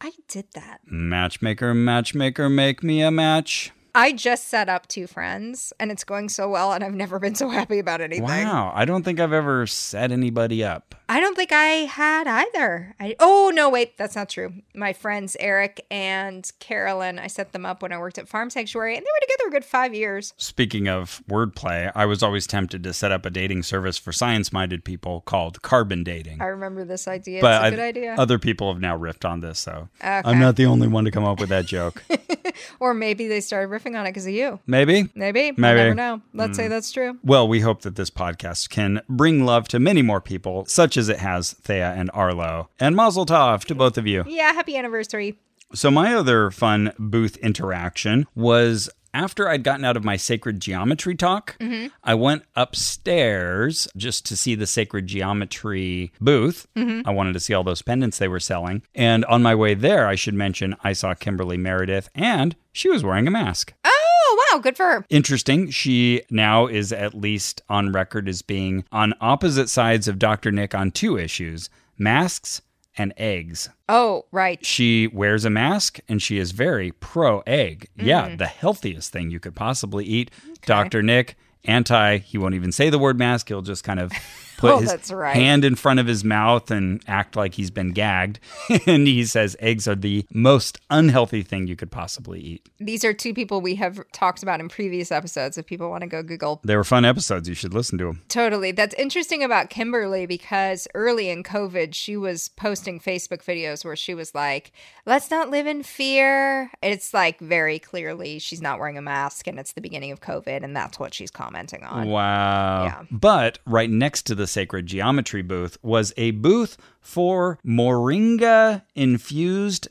S3: I did that.
S2: Matchmaker, matchmaker, make me a match.
S3: I just set up two friends, and it's going so well, and I've never been so happy about anything.
S2: Wow. I don't think I've ever set anybody up.
S3: I don't think I had either. I, oh no, wait, that's not true. My friends Eric and Carolyn, I set them up when I worked at Farm Sanctuary, and they were together a good five years.
S2: Speaking of wordplay, I was always tempted to set up a dating service for science minded people called carbon dating.
S3: I remember this idea.
S2: but
S3: it's a good
S2: I've-
S3: idea.
S2: other people have now riffed on this, so I'm not the only one to come up with that joke.
S3: or maybe they started riffing on it because of you.
S2: Maybe?
S3: Maybe. We'll
S2: Maybe. Hmm.
S3: never know. Let's say that's true.
S2: Well, we hope that this podcast can bring love to many more people, such as it has Thea and Arlo. And Mazel Tov to both of you.
S3: Yeah, happy anniversary.
S2: So, my other fun booth interaction was after I'd gotten out of my sacred geometry talk, I went upstairs just to see the sacred geometry booth. I wanted to see all those pendants they were selling. And on my way there, I should mention I saw Kimberly Meredith, and she was wearing a mask.
S3: Oh wow, good for her.
S2: Interesting. She now is at least on record as being on opposite sides of Dr. Nick on two issues masks and eggs
S3: Oh right.
S2: she wears a mask and she is very pro egg. Yeah,
S3: Mm.
S2: the healthiest thing you could possibly eat. Dr. Nick, anti, he won't even say the word mask. He'll just kind of put
S3: Oh,
S2: his
S3: that's right.
S2: hand in front of his mouth and act like he's been gagged. and he says eggs are the most unhealthy thing you could possibly eat.
S3: These are two people we have talked about in previous episodes. If people want to go Google
S2: They were fun episodes. You should listen to them.
S3: Totally. That's interesting about Kimberly because early in COVID, she was posting Facebook videos where she was like, let's not live in fear. It's like very clearly she's not wearing a mask and it's the beginning of COVID. And that's what she's commenting on.
S2: Wow.
S3: Yeah.
S2: But right next to the sacred geometry booth was a booth for moringa infused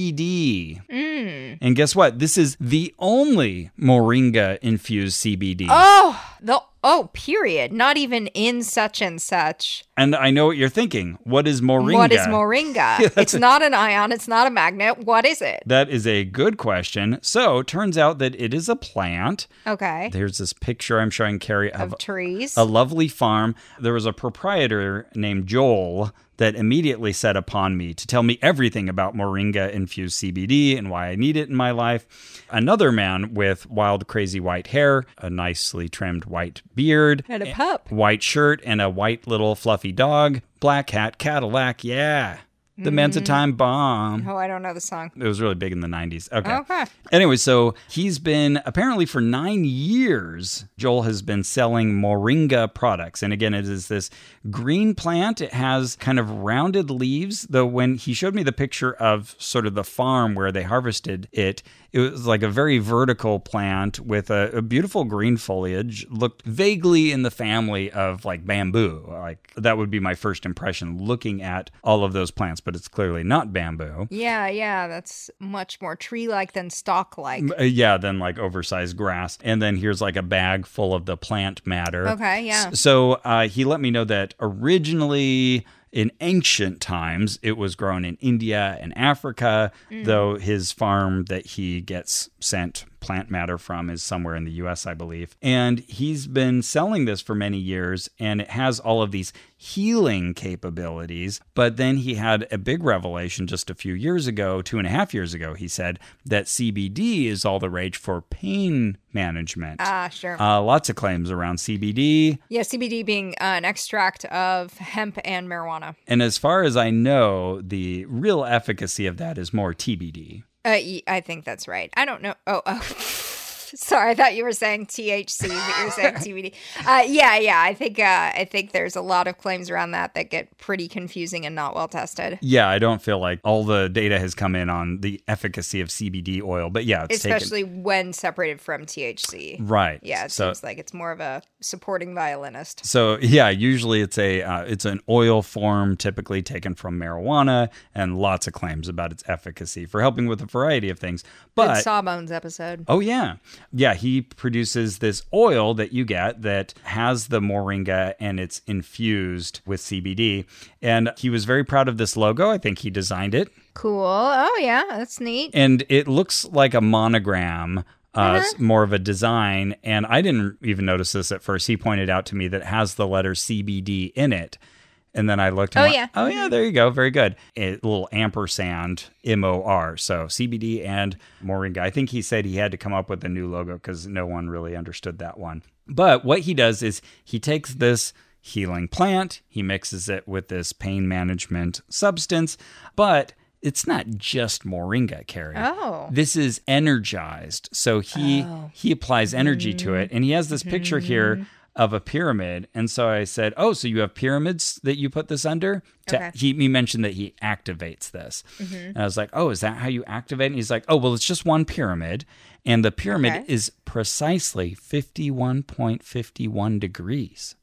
S2: CBD.
S3: Mm.
S2: And guess what? This is the only moringa infused CBD.
S3: Oh, the, oh, period. Not even in such and such.
S2: And I know what you're thinking. What is moringa?
S3: What is moringa? it's not an ion. It's not a magnet. What is it?
S2: That is a good question. So, turns out that it is a plant.
S3: Okay.
S2: There's this picture I'm showing Carrie of
S3: Of trees.
S2: a lovely farm. There was a proprietor named Joel that immediately set upon me to tell me everything about moringa infused CBD and why I need it in my life. Another man with wild, crazy white hair, a nicely trimmed white beard,
S3: and a pup.
S2: white shirt, and a white little fluffy dog, black hat, Cadillac. Yeah, the Mensa Time bomb.
S3: Oh, I don't know the song.
S2: It was really big in the 90s. Okay.
S3: Okay.
S2: Anyway, so he's been apparently for nine years, Joel has been selling moringa products. And again, it is this green plant. It has kind of rounded leaves, though, when he showed me the picture of sort of the farm where they harvested it, It was like a very vertical plant with a, a beautiful green foliage, looked vaguely in the family of like bamboo. Like that would be my first impression looking at all of those plants, but it's clearly not bamboo.
S3: Yeah, yeah, that's much more tree like than stalk like.
S2: Uh, yeah, then like oversized grass. And then here's like a bag full of the plant matter.
S3: Okay, yeah.
S2: S- So uh, he let me know that originally in ancient times it was grown in India and Africa, though his farm that he gets sent plant matter from is somewhere in the US, I believe. And he's been selling this for many years and it has all of these healing capabilities. But then he had a big revelation just a few years ago, two and a half years ago, he said that CBD is all the rage for pain management.
S3: Ah, sure.
S2: Uh, lots of claims around CBD.
S3: yeah, CBD being uh, an extract of hemp and marijuana.
S2: And as far as I know, the real efficacy of that is more TBD.
S3: Uh, y- I think that's right. I don't know. Oh, oh. Sorry, I thought you were saying THC, but you're saying CBD. Uh, yeah, yeah. I think uh, I think there's a lot of claims around that that get pretty confusing and not well tested,
S2: Yeah, I don't feel like all the data has come in on the efficacy of CBD oil, but yeah, it's taken.
S3: especially when separated from THC.
S2: Right.
S3: Yeah, it
S2: So
S3: seems like it's more of a supporting violinist.
S2: so yeah, usually it's a uh, it's an oil form typically taken from marijuana and lots of claims about its efficacy for helping with a variety of things.
S3: Good
S2: But
S3: Sawbones episode.
S2: Oh yeah. Yeah, he produces this oil that you get that has the moringa and it's infused with CBD and he was very proud of this logo. I think he designed it
S3: Cool. Oh yeah, that's neat.
S2: and it looks like a monogram uh,
S3: Uh-huh.
S2: s- more of a design and i didn't even notice this at first he pointed out to me that it has the letter cbd in it and then i looked and
S3: Oh,
S2: went,
S3: yeah.
S2: oh yeah there you go very good a little ampersand m-o-r so cbd and moringa i think he said he had to come up with a new logo because no one really understood that one but what he does is he takes this healing plant he mixes it with this pain management substance but it's not just moringa carrie
S3: Oh.
S2: this is energized so he he applies energy to it and he has this picture
S3: Mm-hmm.
S2: here of a pyramid and so i said oh so you have pyramids that you put this under to,
S3: Okay. Mm-hmm.
S2: he, he mentioned that he activates this and i was like oh is that how you activate and he's like oh well it's just one pyramid and the pyramid
S3: Okay.
S2: is precisely 51.51 degrees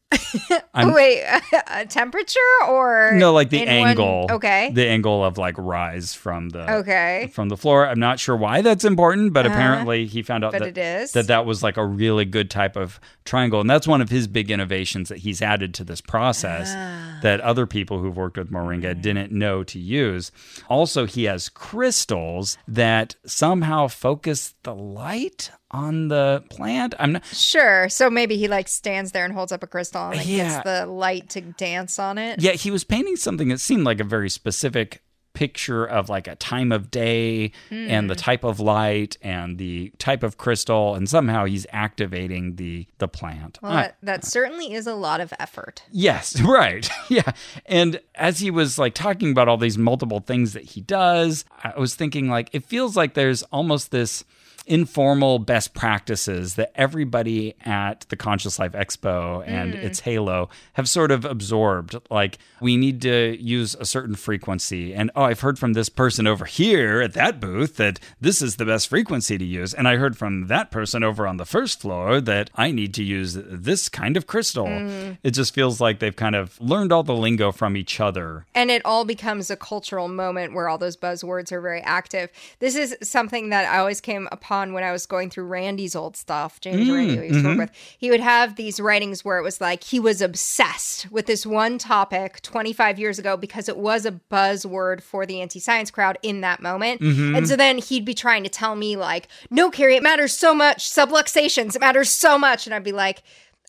S3: Oh, wait, a temperature or
S2: no like the
S3: in one-
S2: angle
S3: okay.
S2: the angle of like rise from the
S3: okay. Uh-huh.
S2: from the floor. I'm not sure why that's important, but apparently he found out
S3: but
S2: that,
S3: it is.
S2: that that was like a really good type of triangle. And that's one of his big innovations that he's added to this process
S3: Ah.
S2: that other people who've worked with Moringa didn't know to use. Also, he has crystals that somehow focus the light on the plant. I'm not,
S3: Sure. So maybe he like stands there and holds up a crystal and like,
S2: Yeah.
S3: gets the light to dance on it.
S2: Yeah, he was painting something that seemed like a very specific picture of like a time of day and the type of light and the type of crystal and somehow he's activating the the plant.
S3: Well,
S2: I-
S3: that, that certainly is a lot of effort.
S2: Yes, right. Yeah. And as he was like talking about all these multiple things that he does, I was thinking like it feels like there's almost this informal best practices that everybody at the Conscious Life Expo and its Halo have sort of absorbed. Like we need to use a certain frequency and oh, I've heard from this person over here at that booth that this is the best frequency to use and I heard from that person over on the first floor that I need to use this kind of crystal.
S3: Mm.
S2: It just feels like they've kind of learned all the lingo from each other.
S3: And it all becomes a cultural moment where all those buzzwords are very active. This is something that I always came upon when I was going through Randy's old stuff, James Randy, who he used to work with. He would have these writings where it was like he was obsessed with this one topic 25 years ago because it was a buzzword for the anti science crowd in that moment. And so then he'd be trying to tell me, like, no, Carrie, it matters so much. Subluxations, it matters so much. And I'd be like,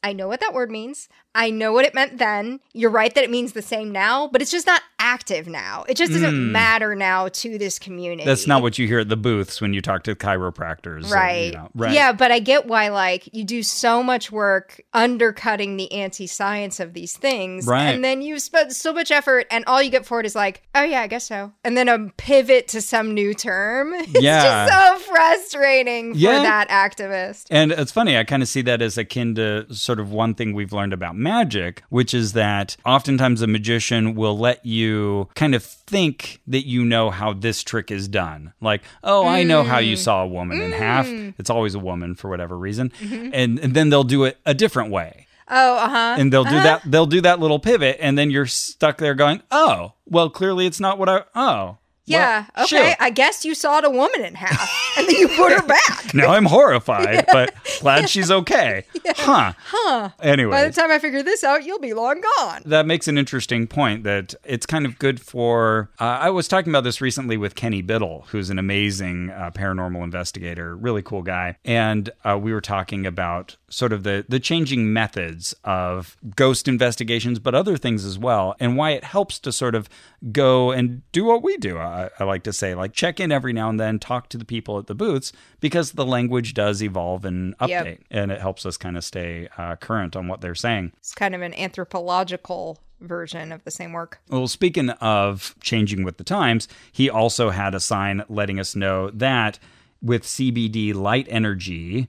S3: I know what that word means. I know what it meant then. You're right that it means the same now, but it's just not active now. It just doesn't matter now to this community.
S2: Mm. That's not what you hear at the booths when you talk to chiropractors. or, you
S3: right.
S2: know, right.
S3: Yeah, but I get why like you do so much work undercutting the anti-science of these things
S2: Right.
S3: and then you spend so much effort and all you get for it is like, "Oh yeah, I guess so." And then a pivot to some new term. It's
S2: Yeah.
S3: just so frustrating for
S2: Yeah.
S3: that activist.
S2: And it's funny, I kind of see that as akin to sort of one thing we've learned about magic, which is that oftentimes a magician will let you kind of think that you know how this trick is done. Like, oh, I know how
S3: Mm.
S2: you saw a woman in half. It's always a woman for whatever reason.
S3: Mm-hmm.
S2: And, and then they'll do it a different way
S3: Oh, uh huh.
S2: and they'll do that they'll do that little pivot and then you're stuck there going oh well clearly it's not what i oh
S3: Yeah.
S2: well,
S3: okay.
S2: shoot.
S3: I guess you sawed a woman in half and then you put her back.
S2: now i'm horrified but glad she's okay huh huh
S3: By the
S2: anyway
S3: time I figure this out, you'll be long gone.
S2: that makes an interesting point that it's kind of good for. Uh, I was talking about this recently with Kenny Biddle, who's an amazing uh, paranormal investigator, really cool guy, and uh, we were talking about sort of the the changing methods of ghost investigations, but other things as well, and why it helps to sort of go and do what we do. I, I like to say, like check in every now and then, talk to the people at the booths, because the language does evolve and update,
S3: Yep.
S2: and it helps us kind of stay uh, current on what they're saying.
S3: It's kind of an anthropological version of the same work.
S2: Well, speaking of changing with the times, he also had a sign letting us know that with CBD light energy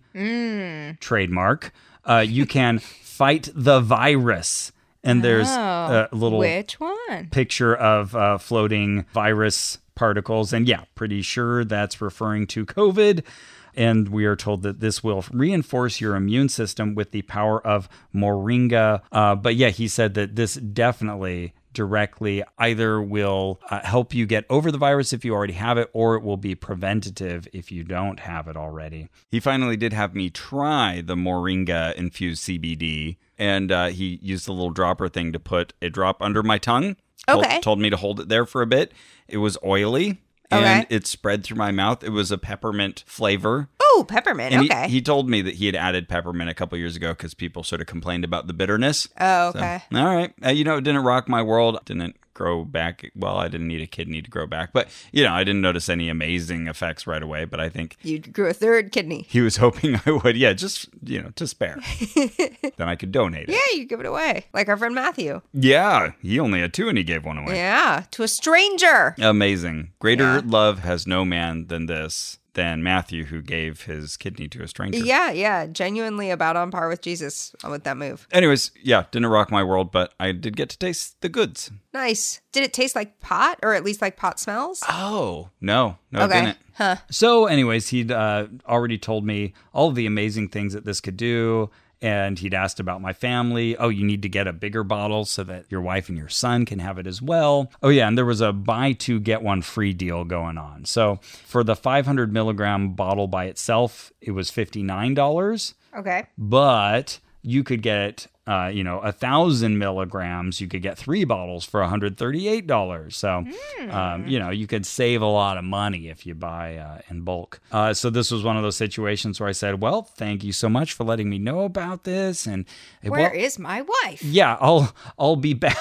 S2: trademark, uh, you can fight the virus. And there's a little
S3: Which one?
S2: picture of uh, floating virus particles. And yeah, pretty sure that's referring to COVID. And we are told that this will reinforce your immune system with the power of moringa. Uh, but yeah, he said that this definitely directly either will uh, help you get over the virus if you already have it, or it will be preventative if you don't have it already.
S6: He finally did have me try the Moringa infused CBD, and uh, he used the little dropper thing to put a drop under my tongue. Told-
S1: Okay.
S6: Told, me to hold it there for a bit. It was oily. And it spread through my mouth. It was a peppermint flavor.
S1: Oh, peppermint.
S6: And he-
S1: okay.
S6: he, told me that he had added peppermint a couple years ago because people sort of complained about the bitterness.
S1: oh,
S6: So,
S1: okay.
S6: all right. Uh, you know, it didn't rock my world. Didn't grow back. Well, I didn't need a kidney to grow back, but you know, I didn't notice any amazing effects right away. But I think
S1: You grew a third kidney.
S6: he was hoping I would. Yeah, just you know, to spare. then I could donate it.
S1: Yeah, you give it away. Like our friend Matthew.
S6: Yeah, he only had two and he gave one away.
S1: Yeah, to a stranger.
S6: Amazing. Greater love has no man than this. Than Matthew, who gave his kidney to a stranger.
S1: Yeah, yeah. Genuinely about on par with Jesus with that move.
S6: Anyways, yeah, didn't rock my world, but I did get to taste the goods.
S1: Nice. Did it taste like pot or at least like pot smells?
S6: Oh no, no, it
S1: okay.
S6: didn't.
S1: Huh.
S2: So, anyways, he'd uh, already told me all the amazing things that this could do. And he'd asked about my family. Oh, you need to get a bigger bottle so that your wife and your son can have it as well. Oh, yeah. And there was a buy two, get one free deal going on. So for the 500 milligram bottle by itself, it was $59
S3: Okay.
S2: but you could get uh, you know a thousand milligrams you could get three bottles for $138 so um, you know you could save a lot of money if you buy uh, in bulk uh, so this was one of those situations where i said well thank you so much for letting me know about this and well,
S3: Where is my wife?
S2: yeah i'll i'll be back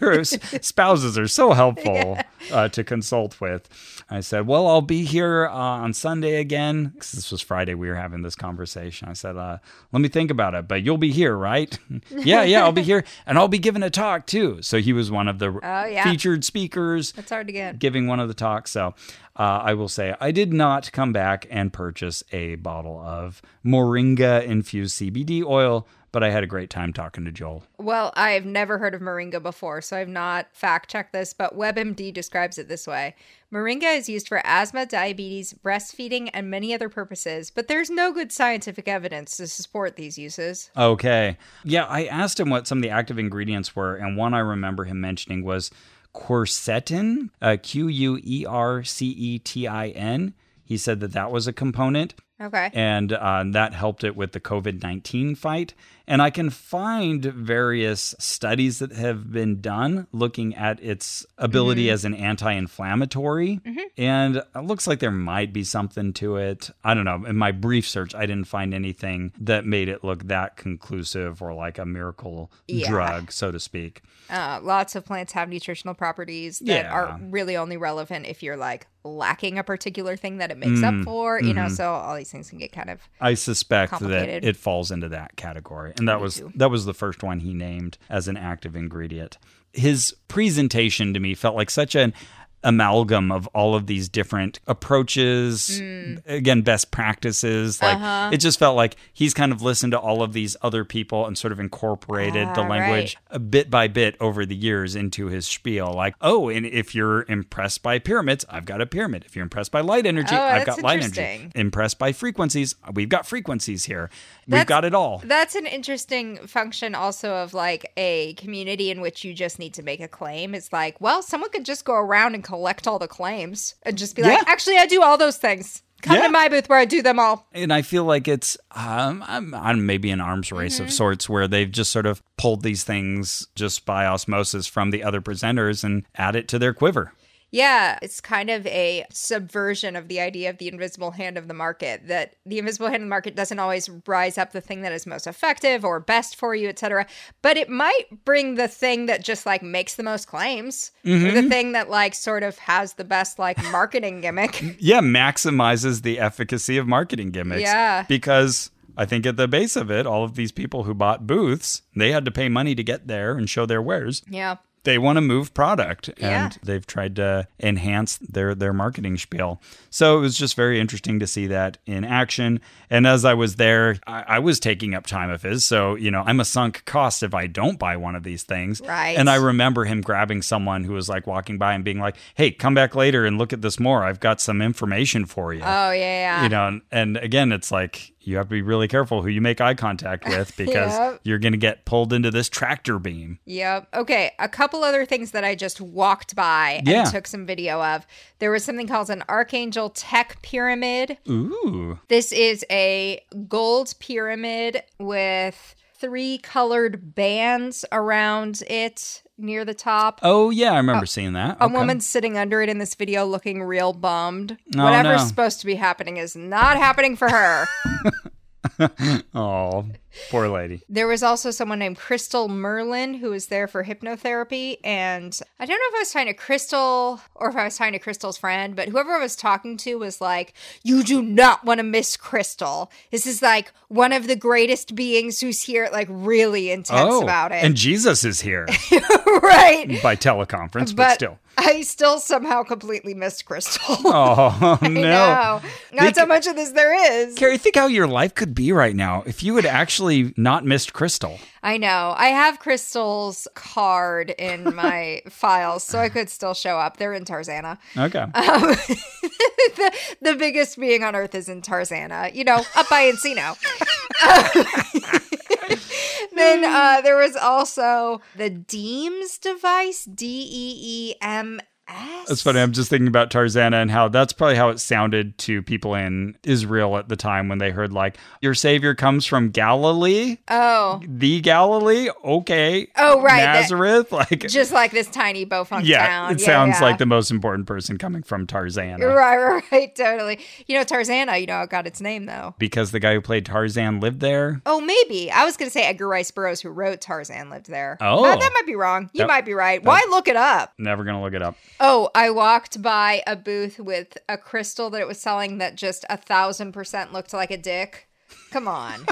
S2: Your s- spouses are so helpful uh, to consult with. I said, "Well, I'll be here uh, on Sunday again." 'Cause this was Friday. We were having this conversation. I said, uh, "Let me think about it, but you'll be here, right?" yeah, yeah, I'll be here, and I'll be giving a talk too. So he was one of the
S3: yeah.
S2: featured speakers
S3: It's hard to get.
S2: giving one of the talks. So uh, I will say I did not come back and purchase a bottle of moringa infused CBD oil, but I had a great time talking to Joel.
S3: Well, I've never heard of moringa before, so I've not fact checked this, but WebMD describes it this way Moringa is used for asthma, diabetes, breastfeeding, and many other purposes, but there's no good scientific evidence to support these uses.
S2: Okay. Yeah, I asked him what some of the active ingredients were, and one I remember him mentioning was quercetin, uh, Q U E R C E T I N. He said that that was a component,
S3: Okay.
S2: and uh, that helped it with the COVID 19 fight. And I can find various studies that have been done looking at its ability
S3: Mm-hmm.
S2: as an anti inflammatory. And it looks like there might be something to it. I don't know. In my brief search, I didn't find anything that made it look that conclusive or like a miracle
S3: Yeah.
S2: drug, so to speak.
S3: Uh, lots of plants have nutritional properties that
S2: Yeah.
S3: are really only relevant if you're like lacking a particular thing that it makes
S2: Mm,
S3: up for, you
S2: mm-hmm.
S3: know, so all these things can get kind of.
S2: I suspect that
S3: Complicated.
S2: it falls into that category. And that was that was the first one he named as an active ingredient. His presentation to me felt like such an amalgam of all of these different approaches,
S3: Mm.
S2: again, best practices. Like
S3: Uh-huh.
S2: it just felt like he's kind of listened to all of these other people and sort of incorporated the
S3: Ah,
S2: language a bit by bit over the years into his spiel. Like, oh, and if you're impressed by pyramids, I've got a pyramid. If you're impressed by light energy,
S3: Oh,
S2: I've
S3: that's
S2: got light energy.
S3: interesting.
S2: Impressed by frequencies, we've got frequencies here. we've
S3: That's-
S2: got it all.
S3: That's an interesting function also of like a community in which you just need to make a claim. It's like, well, someone could just go around and collect all the claims and just be
S2: Yeah.
S3: like, actually, I do all those things. Come
S2: Yeah.
S3: to my booth where I do them all.
S2: and I feel like it's um, I'm, I'm maybe an arms race
S3: Mm-hmm.
S2: of sorts where they've just sort of pulled these things just by osmosis from the other presenters and add it to their quiver.
S3: Yeah, it's kind of a subversion of the idea of the invisible hand of the market that the invisible hand of the market doesn't always rise up the thing that is most effective or best for you, etc. But it might bring the thing that just like makes the most claims or the thing that like sort of has the best like marketing gimmick.
S2: Yeah, maximizes the efficacy of marketing gimmicks.
S3: Yeah.
S2: because I think at the base of it, all of these people who bought booths, they had to pay money to get there and show their wares.
S3: Yeah.
S2: they want to move product and
S3: Yeah.
S2: they've tried to enhance their their marketing spiel so it was just very interesting to see that in action and as i was there i, I was taking up time of his so you know i'm a sunk cost if i don't buy one of these things
S3: Right.
S2: and i remember him grabbing someone who was like walking by and being like hey come back later and look at this more i've got some information for you
S3: Oh yeah, yeah.
S2: you know, and, and again, it's like you have to be really careful who you make eye contact with because
S3: Yep.
S2: you're going to get pulled into this tractor beam.
S3: Yep. Okay. A couple other things that I just walked by
S2: Yeah.
S3: and took some video of. There was something called an Archangel Tech Pyramid.
S2: Ooh.
S3: This is a gold pyramid with three colored bands around it near the top.
S2: Oh yeah, I remember seeing that.
S3: A
S2: Okay.
S3: woman sitting under it in this video looking real bummed.
S2: Oh,
S3: Whatever's
S2: no.
S3: supposed to be happening is not happening for her.
S2: Oh, poor lady.
S3: There was also someone named Crystal Merlin who was there for hypnotherapy. And I don't know if I was talking to Crystal or if I was talking to Crystal's friend, but whoever I was talking to was like, You do not want to miss Crystal. This is like one of the greatest beings who's here, like really intense
S2: oh,
S3: about it.
S2: and Jesus is here
S3: right.
S2: by teleconference, but,
S3: But
S2: still.
S3: I still somehow completely missed Crystal.
S2: Oh
S3: I
S2: no.
S3: know. Not so much of this there is.
S2: Carrie, think how your life could be right now if you had actually not missed Crystal.
S3: I know. I have Crystal's card in my files, so I could still show up. They're in Tarzana.
S2: Okay.
S3: Um, the, the biggest being on Earth is in Tarzana, you know, up by Encino. then uh, there was also the Deems device, D E E M S.
S2: That's funny. I'm just thinking about Tarzana and how that's probably how it sounded to people in Israel at the time when they heard like, "Your savior comes from Galilee,
S3: Oh,
S2: the Galilee." Okay.
S3: Oh, right, that-
S2: Nazareth. like,
S3: just like this tiny Beaufunk
S2: yeah,
S3: town.
S2: it sounds
S3: yeah.
S2: like the most important person coming from Tarzana.
S3: Right, right, right, totally. You know, Tarzana, you know, it got its name though.
S2: because the guy who played Tarzan lived there.
S3: Oh, maybe. I was going to say Edgar Rice Burroughs, who wrote Tarzan, lived there.
S2: Oh.
S3: But that might be wrong. You
S2: That-
S3: might be right. Why look it up?
S2: Never gonna look it up.
S3: Oh, I walked by a booth with a crystal that it was selling that just a thousand percent looked like a dick. Come on.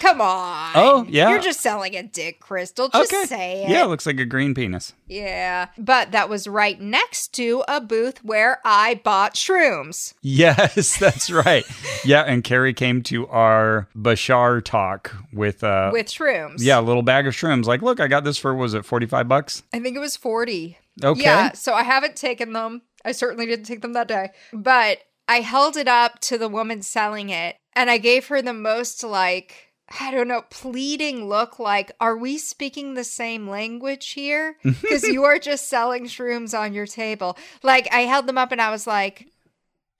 S3: Come on.
S2: Oh, yeah.
S3: You're just selling a dick crystal. Just say it.
S2: Yeah, it looks like a green penis.
S3: Yeah. But that was right next to a booth where I bought shrooms.
S2: Yes, that's right. yeah, and Carrie came to our Bashar talk with uh
S3: With shrooms.
S2: yeah, a little bag of shrooms. Like, look, I got this for was it 45 bucks?
S3: I think it was 40.
S2: Okay.
S3: Yeah, so I haven't taken them. I certainly didn't take them that day. But I held it up to the woman selling it and I gave her the most like I don't know, pleading look like, are we speaking the same language here? Because you are just selling shrooms on your table. Like, I held them up and I was like,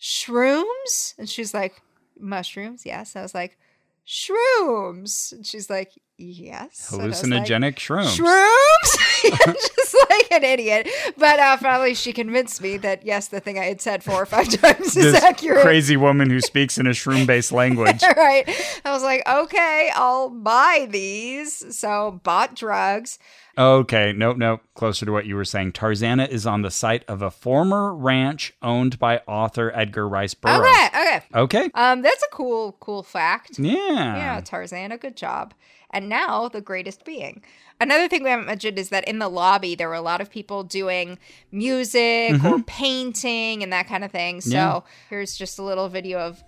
S3: shrooms? And she's like, mushrooms, yes. And I was like, shrooms. And she's like, yes. And I was like,
S2: Hallucinogenic shrooms.
S3: Shrooms? Just like an idiot. But uh, finally, she convinced me that yes, the thing I had said four or five times is
S2: This
S3: accurate.
S2: crazy woman who speaks in a shroom based language.
S3: All right. I was like, okay, I'll buy these. So bought drugs.
S2: Okay, nope, nope. Closer to what you were saying. Tarzana is on the site of a former ranch owned by author Edgar Rice Burroughs.
S3: Okay, okay.
S2: Okay.
S3: Um, that's a cool, cool fact.
S2: Yeah.
S3: Yeah, Tarzana, good job. and now the greatest being. Another thing we haven't mentioned is that in the lobby, there were a lot of people doing music or painting and that kind of thing. So
S2: Mm-hmm. Yeah.
S3: here's just a little video of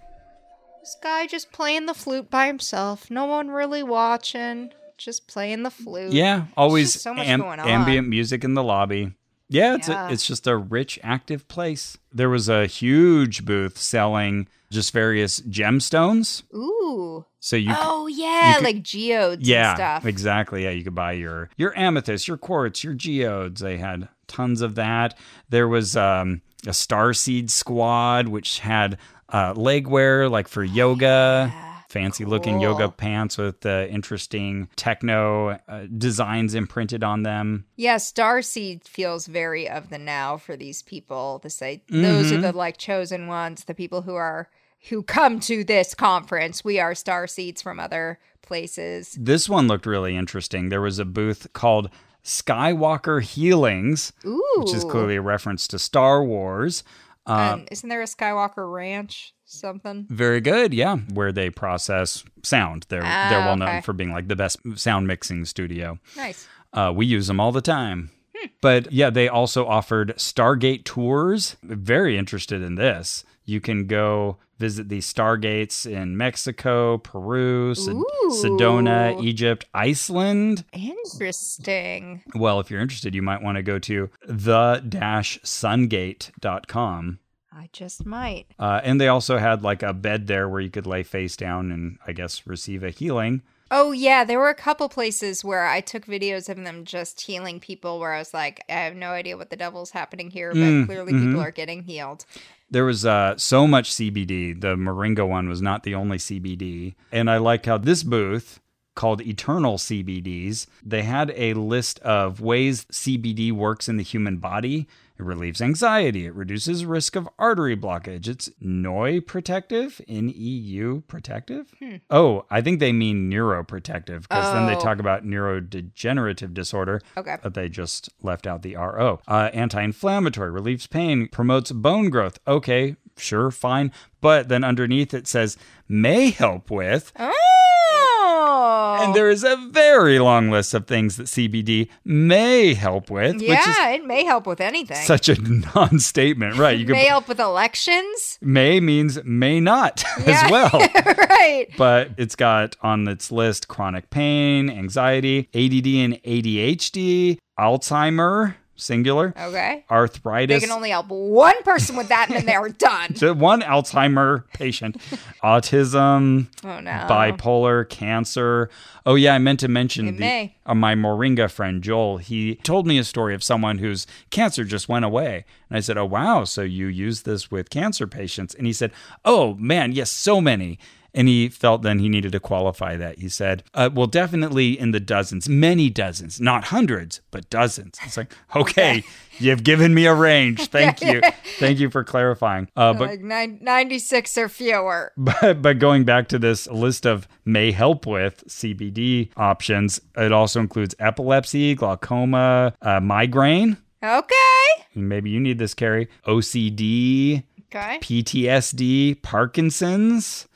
S3: this guy just playing the flute by himself. No one really watching, just playing the flute.
S2: Yeah, always
S3: just so much
S2: am-
S3: going on.
S2: ambient music in the lobby. Yeah, it's
S3: Yeah.
S2: A, it's just a rich, active place. There was a huge booth selling just various gemstones,
S3: Ooh.
S2: so you. c-
S3: Oh, yeah.
S2: could-
S3: like geodes
S2: yeah,
S3: and stuff.
S2: exactly. Yeah, you could buy your your amethyst, your quartz, your geodes. They had tons of that. There was um, a starseed squad, which had uh, legwear like for yoga, fancy looking
S3: Oh, cool.
S2: yoga pants with uh, interesting techno uh, designs imprinted on them.
S3: Yes, Darcy feels very of the now for these people. This I, those are the like chosen ones, the people who are who come to this conference. We are star seeds from other places.
S2: This one looked really interesting. There was a booth called Skywalker Healings,
S3: Ooh,
S2: which is clearly a reference to Star Wars.
S3: And isn't there a Skywalker Ranch something?
S2: Very good, yeah. Where they process sound. They're
S3: Ah,
S2: they're well known
S3: okay.
S2: for being like the best sound mixing studio.
S3: Nice.
S2: Uh, we use them all the time.
S3: Hmm.
S2: But yeah, they also offered Stargate tours. Very interested in this. You can go visit the Stargates in Mexico, Peru, Sed-
S3: Ooh.
S2: Sedona, Egypt, Iceland.
S3: Interesting.
S2: Well, if you're interested, you might want to go to the-sungate.com.
S3: I just might.
S2: Uh, and they also had like a bed there where you could lay face down and I guess receive a healing.
S3: Oh yeah, there were a couple places where I took videos of them just healing people where I was like, I have no idea what the devil's happening here, but clearly people are getting healed.
S2: There was uh, so much CBD. The Moringa one was not the only CBD. And I like how this booth called Eternal CBDs, they had a list of ways CBD works in the human body. It relieves anxiety. It reduces risk of artery blockage. It's NOI protective, N E U protective. Oh, I think they mean neuroprotective because then they
S3: Hmm. Oh.
S2: talk about neurodegenerative disorder.
S3: Okay.
S2: But they just left out the RO. Uh, Anti inflammatory, relieves pain, promotes bone growth. Okay, sure, fine. But then underneath it says, may help with.
S3: Oh.
S2: And there is a very long list of things that CBD may help with,
S3: Yeah, it may help with anything.
S2: which is such a non statement, right? You could,
S3: may
S2: may,
S3: help with elections,
S2: means may not
S3: Yeah.
S2: as well.
S3: right?
S2: But it's got on its list chronic pain, anxiety, ADD and ADHD, Alzheimer, singular,
S3: Okay, they
S2: arthritis.
S3: can only help one person with that, and then they're done.
S2: So one Alzheimer patient, autism,
S3: Oh no!
S2: bipolar, cancer. Oh yeah, I meant to mention
S3: It
S2: the,
S3: may.
S2: uh, my Moringa friend Joel. He told me a story of someone whose cancer just went away, and I said, "Oh wow, so you use this with cancer patients?" And he said, "Oh man, yes, so many." And he felt then he needed to qualify that. He said, uh, "Well, definitely in the dozens, many dozens, not hundreds, but dozens." It's like, okay, you've given me a range. Thank you, thank you for clarifying. Uh, but
S3: like nine, 96 or fewer.
S2: but, but going back to this list of may help with CBD options, it also includes epilepsy, glaucoma, uh, migraine.
S3: Okay.
S2: and Maybe you need this, Carrie. OCD,
S3: Okay.
S2: PTSD, Parkinson's,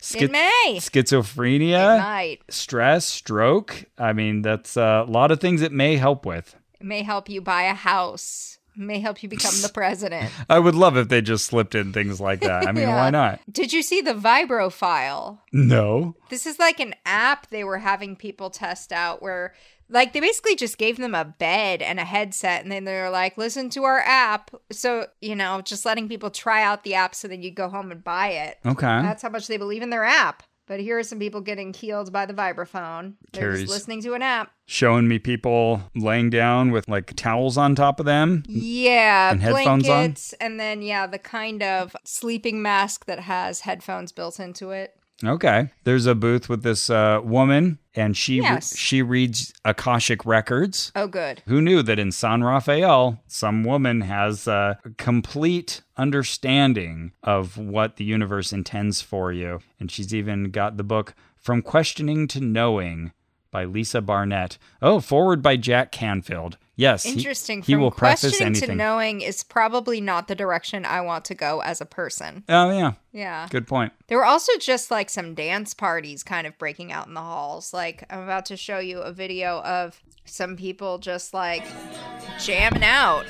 S2: schi-
S3: it may.
S2: schizophrenia,
S3: it might.
S2: stress, stroke. I mean, that's a lot of things it may help with.
S3: It may help you buy a house. It may help you become the president.
S2: I would love if they just slipped in things like that. I mean, why
S3: Yeah.
S2: not?
S3: Did you see the Vibro file?
S2: No.
S3: This is like an app they were having people test out where like they basically just gave them a bed and a headset and then they were like listen to our app. So, you know, just letting people try out the app so then you go home and buy it.
S2: Okay.
S3: That's how much they believe in their app. But here are some people getting healed by the vibraphone. They're
S2: Carries.
S3: just listening to an app.
S2: showing me people laying down with like towels on top of them.
S3: Yeah,
S2: And headphones on?
S3: blankets and then yeah, the kind of sleeping mask that has headphones built into it.
S2: Okay. There's a booth with this uh, woman, and she
S3: Yes.
S2: she reads akashic records.
S3: Oh good.
S2: Who knew that in San Rafael, some woman has uh, a complete understanding of what the universe intends for you, and she's even got the book "From Questioning to Knowing." by Lisa Barnett. Oh, forward by Jack Canfield. Yes. he-
S3: Interesting.
S2: He,
S3: From
S2: will preface
S3: questioning to
S2: anything.
S3: knowing is probably not the direction I want to go as a person.
S2: oh, yeah.
S3: Yeah.
S2: Good point.
S3: There were also just like some dance parties kind of breaking out in the halls. Like, I'm about to show you a video of some people just like jamming out.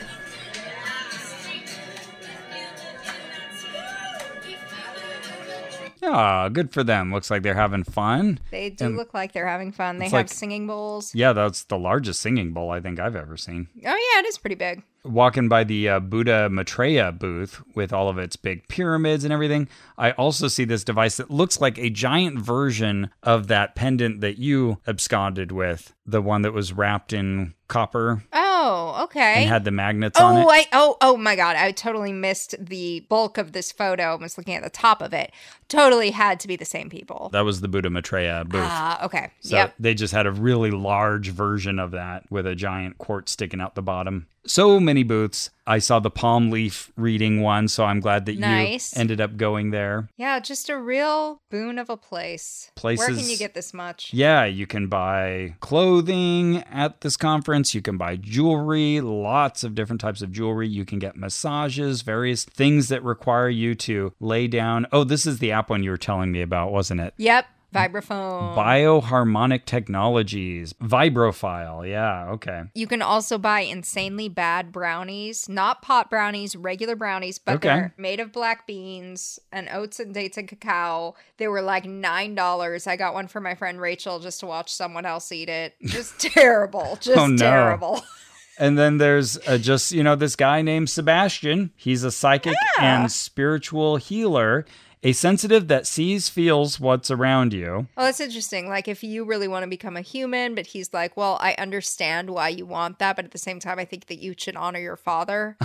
S2: Yeah, good for them. Looks like they're having fun.
S3: They do
S2: And
S3: look like they're having fun. They have
S2: it's like-
S3: singing bowls.
S2: Yeah, that's the largest singing bowl I think I've ever seen.
S3: Oh, yeah, it is pretty big.
S2: Walking by the uh, Buddha Maitreya booth with all of its big pyramids and everything, I also see this device that looks like a giant version of that pendant that you absconded with, the one that was wrapped in copper
S3: Oh, okay.
S2: and had the magnets on it.
S3: Oh, I oh oh my god, I totally missed the bulk of this photo. I was looking at the top of it. Totally had to be the same people.
S2: That was the Buddha Maitreya booth.
S3: Ah, okay.
S2: So
S3: yep.
S2: they just had a really large version of that with a giant quart sticking out the bottom. So many booths. I saw the palm leaf reading one, so I'm glad that
S3: Nice.
S2: you ended up going there.
S3: Yeah, just a real boon of a place. Where can
S2: Places-
S3: you get this much?
S2: Yeah, you can buy clothing at this conference. You can buy jewelry, lots of different types of jewelry. You can get massages, various things that require you to lay down. Oh, this is the app one you were telling me about, wasn't it?
S3: Yep. Vibraphone.
S2: Bioharmonic Technologies, Vibrofile. Yeah, okay.
S3: you can also buy insanely bad brownies, not pot brownies, regular brownies, but
S2: Okay.
S3: they're made of black beans and oats and dates and cacao. They were like $9. I got one for my friend Rachel just to watch someone else eat it. Just terrible. Just
S2: Oh, no.
S3: terrible.
S2: And then there's uh, just, you know, this guy named Sebastian. He's a psychic and spiritual healer, a sensitive that sees, feels what's around you.
S3: Well, that's interesting. Like, if you really want to become a human, but he's like, well, I understand why you want that, but at the same time, I think that you should honor your father.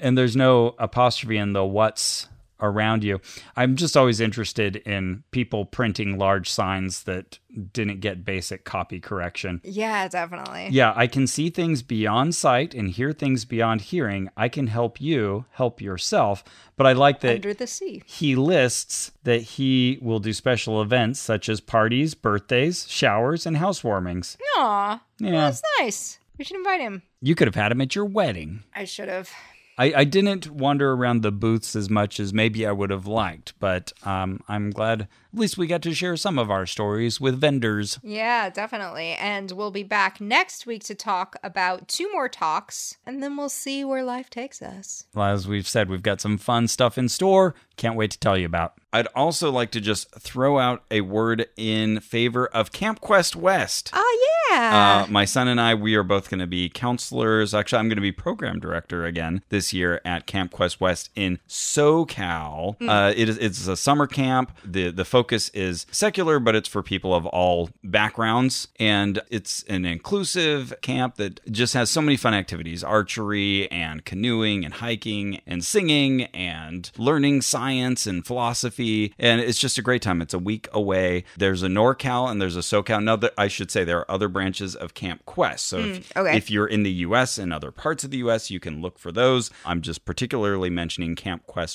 S2: and there's no apostrophe in the what's around you. I'm just always interested in people printing large signs that didn't get basic copy correction.
S3: yeah, definitely.
S2: Yeah, I can see things beyond sight and hear things beyond hearing. I can help you help yourself. But I like that
S3: Under the sea.
S2: he lists that he will do special events such as parties, birthdays, showers, and housewarmings.
S3: Aw,
S2: Yeah,
S3: that's nice. We should invite him.
S2: you could have had him at your wedding.
S3: I should have.
S2: I, I didn't wander around the booths as much as maybe I would have liked, but um, I'm glad at least we got to share some of our stories with vendors.
S3: Yeah, definitely. And we'll be back next week to talk about two more talks, and then we'll see where life takes us.
S2: Well, As we've said, we've got some fun stuff in store. Can't wait to tell you about.
S7: I'd also like to just throw out a word in favor of Camp Quest West.
S3: Oh, yeah.
S7: Uh, my son and I, we are both going to be counselors. Actually, I'm going to be program director again this year at Camp Quest West in SoCal. Uh, it is it's a summer camp. the The focus is secular, but it's for people of all backgrounds, and it's an inclusive camp that just has so many fun activities: archery and canoeing and hiking and singing and learning science and philosophy. And it's just a great time. It's a week away. There's a NorCal and there's a SoCal. Now, that I should say there are other branches of Camp Quest. So if,
S1: Mm, okay.
S7: if you're in the US and other parts of the US, you can look for those. I'm just particularly mentioning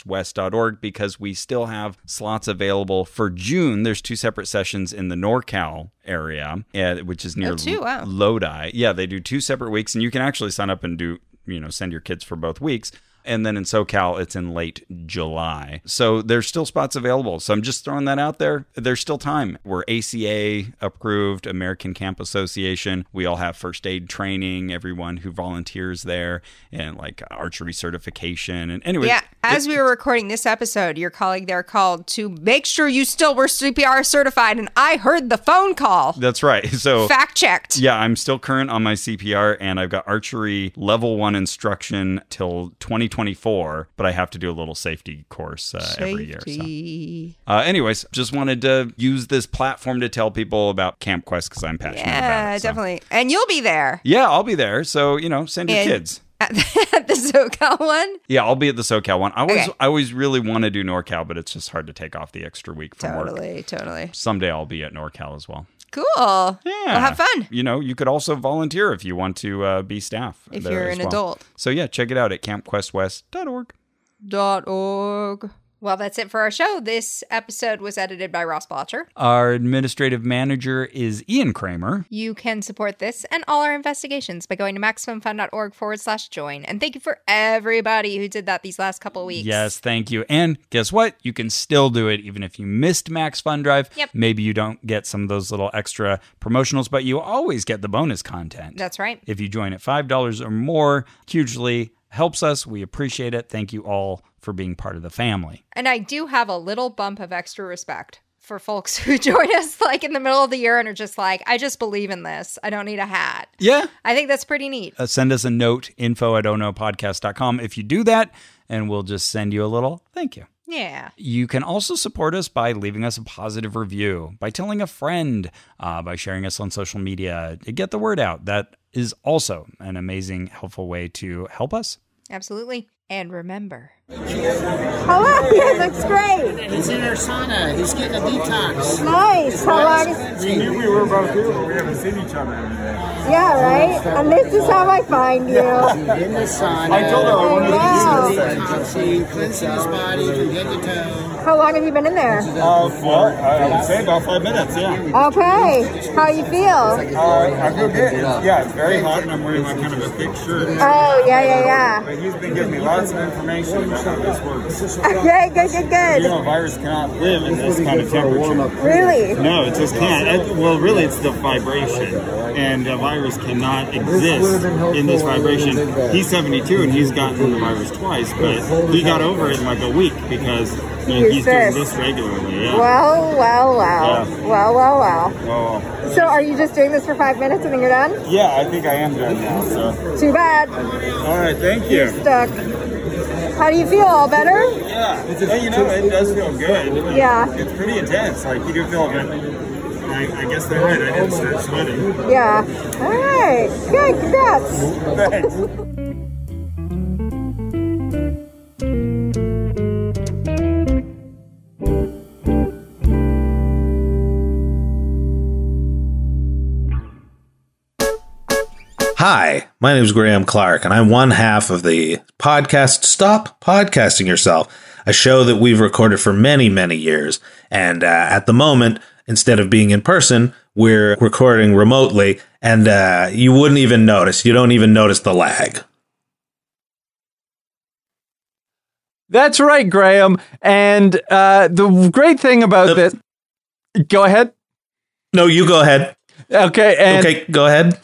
S7: campquestwest.org because we still have slots available for June. There's two separate sessions in the NorCal area, eh, which is near
S1: Oh, two? Wow.
S7: Lodi. Yeah, they do two separate weeks, and you can actually sign up and do, you know, send your kids for both weeks. And then in SoCal, it's in late July. So there's still spots available. So I'm just throwing that out there. There's still time. We're ACA approved, American Camp Association. We all have first aid training, everyone who volunteers there, and like archery certification. And anyway,
S6: Uh,
S1: Yeah, as we were recording this episode, your colleague there called to make sure you still were CPR certified, and I heard the phone call.
S7: that's right. So
S1: Fact checked.
S7: Yeah, I'm still current on my CPR and I've got archery level one instruction till 2024, but I have to do a little safety course uh, every year. so.
S1: Safety.
S7: Uh, anyways, just wanted to use this platform to tell people about Camp Quest because I'm passionate about
S1: Yeah,
S7: it. so.
S1: Uh, definitely. And you'll be there
S7: Yeah, I'll be there. So, you know, send your
S1: And-
S7: kids.
S1: at the, at the SoCal one.
S7: Yeah, I'll be at the SoCal one. I always,
S1: Okay.
S7: I always really want to do NorCal, but it's just hard to take off the extra week from work.
S1: Totally, totally.
S7: Someday I'll be at NorCal as well.
S1: Cool. Yeah. Well, have fun.
S7: You know, you could also volunteer if you want to uh, be staff.
S1: If
S7: there
S1: you're
S7: as
S1: an
S7: well.
S1: adult.
S7: So yeah, check it out at campquestwest.org.
S1: Dot org. Well, that's it for our show. This episode was edited by Ross Blotcher.
S2: Our administrative manager is Ian Kramer.
S1: You can support this and all our investigations by going to MaximumFun.org forward slash join. And thank you for everybody who did that these last couple of weeks.
S2: Yes, thank you. And guess what? You can still do it even if you missed Max Fun Drive.
S1: Yep.
S2: Maybe you don't get some of those little extra promotionals, but you always get the bonus content.
S1: That's right.
S2: If you join at $5 or more, hugely helps us. We appreciate it. Thank you all for being part of the family.
S1: And I do have a little bump of extra respect for folks who join us like in the middle of the year and are just like, I just believe in this. I don't need a hat.
S2: Yeah.
S1: I think that's pretty neat.
S2: Uh, send us a note, info at oh ohnopodcast.com if you do that, and we'll just send you a little thank you.
S1: Yeah.
S2: You can also support us by leaving us a positive review, by telling a friend, uh, by sharing us on social media. Get the word out. That is also an amazing, helpful way to help us.
S1: Absolutely. And remember,
S8: How are you? Looks great.
S9: He's in our sauna. He's getting a detox.
S8: Nice. How are you?
S10: We knew we were both here, but we haven't seen each other.
S8: Yeah, right? And this is how I find you.
S9: In the sauna.
S10: I told her I wanted
S8: Wow.
S10: to do this thing.
S9: Detoxing, cleansing his body from head to toe.
S8: How long have you been in there?
S10: Uh, well, I would say about five minutes, yeah.
S8: Okay. How you feel?
S10: Uh, I feel good. It's- yeah, it's very hot, and I'm wearing like kind of a thick shirt.
S8: Oh, yeah, yeah,
S10: But he's been giving me lots of information about how this works.
S8: yeah. Great, good, good,
S10: You
S8: good.
S10: know, a virus cannot live in this kind of temperature.
S8: Really?
S10: No, it just can't. It- well, really, it's the vibration, and a virus cannot exist in this vibration. He's 72, and he's gotten the virus twice, but he got over it in like a week because you know, he's doing this regularly. Yeah.
S8: Wow, wow, wow. Wow, wow, wow.
S10: Well,
S8: So are you just doing this for five minutes and then you're done?
S10: yeah, I think I am done now. So,
S8: Too bad.
S10: all right, thank you.
S8: Stuck. How do you feel? All better?
S10: Yeah, hey, you know, it does feel good.
S8: Yeah.
S10: it's pretty intense. Like you do feel a bit. I, I guess they're right. I did start sweating.
S8: Yeah. All right. Good. Congrats.
S10: Thanks.
S11: Hi, my name is Graham Clark, and I'm one half of the podcast Stop Podcasting Yourself, a show that we've recorded for many, many years. And uh, at the moment, instead of being in person, we're recording remotely, and uh, you wouldn't even notice. You don't even notice the lag.
S12: That's right, Graham. And uh, the great thing about
S11: The-
S12: this, go ahead.
S11: No, you go ahead.
S12: Okay, and
S11: okay, go ahead.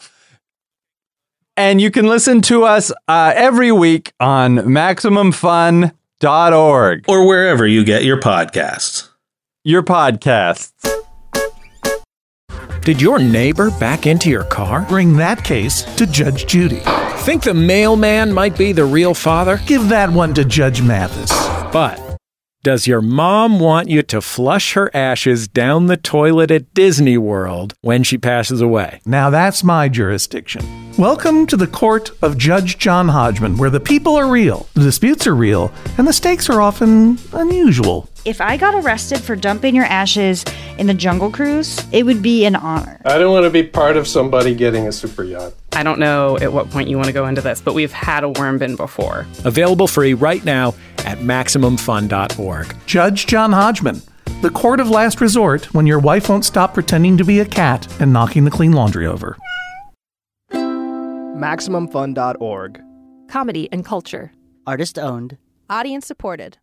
S12: and you can listen to us uh, every week on MaximumFun.org.
S11: Or wherever you get your podcasts.
S12: Your podcasts.
S13: Did your neighbor back into your car?
S14: Bring that case to Judge Judy.
S13: Think the mailman might be the real father?
S14: Give that one to Judge Mathis.
S13: But does your mom want you to flush her ashes down the toilet at Disney World when she passes away?
S14: Now that's my jurisdiction. Welcome to the court of Judge John Hodgman, where the people are real, the disputes are real, and the stakes are often unusual.
S15: If I got arrested for dumping your ashes in the Jungle Cruise, it would be an honor.
S12: I don't want to be part of somebody getting a super yacht.
S15: I don't know at what point you want to go into this, but we've had a worm bin before.
S13: Available free right now at MaximumFun.org.
S14: Judge John Hodgman, the court of last resort when your wife won't stop pretending to be a cat and knocking the clean laundry over.
S15: MaximumFun.org.
S8: comedy and culture,
S9: Artist owned.
S3: Audience supported.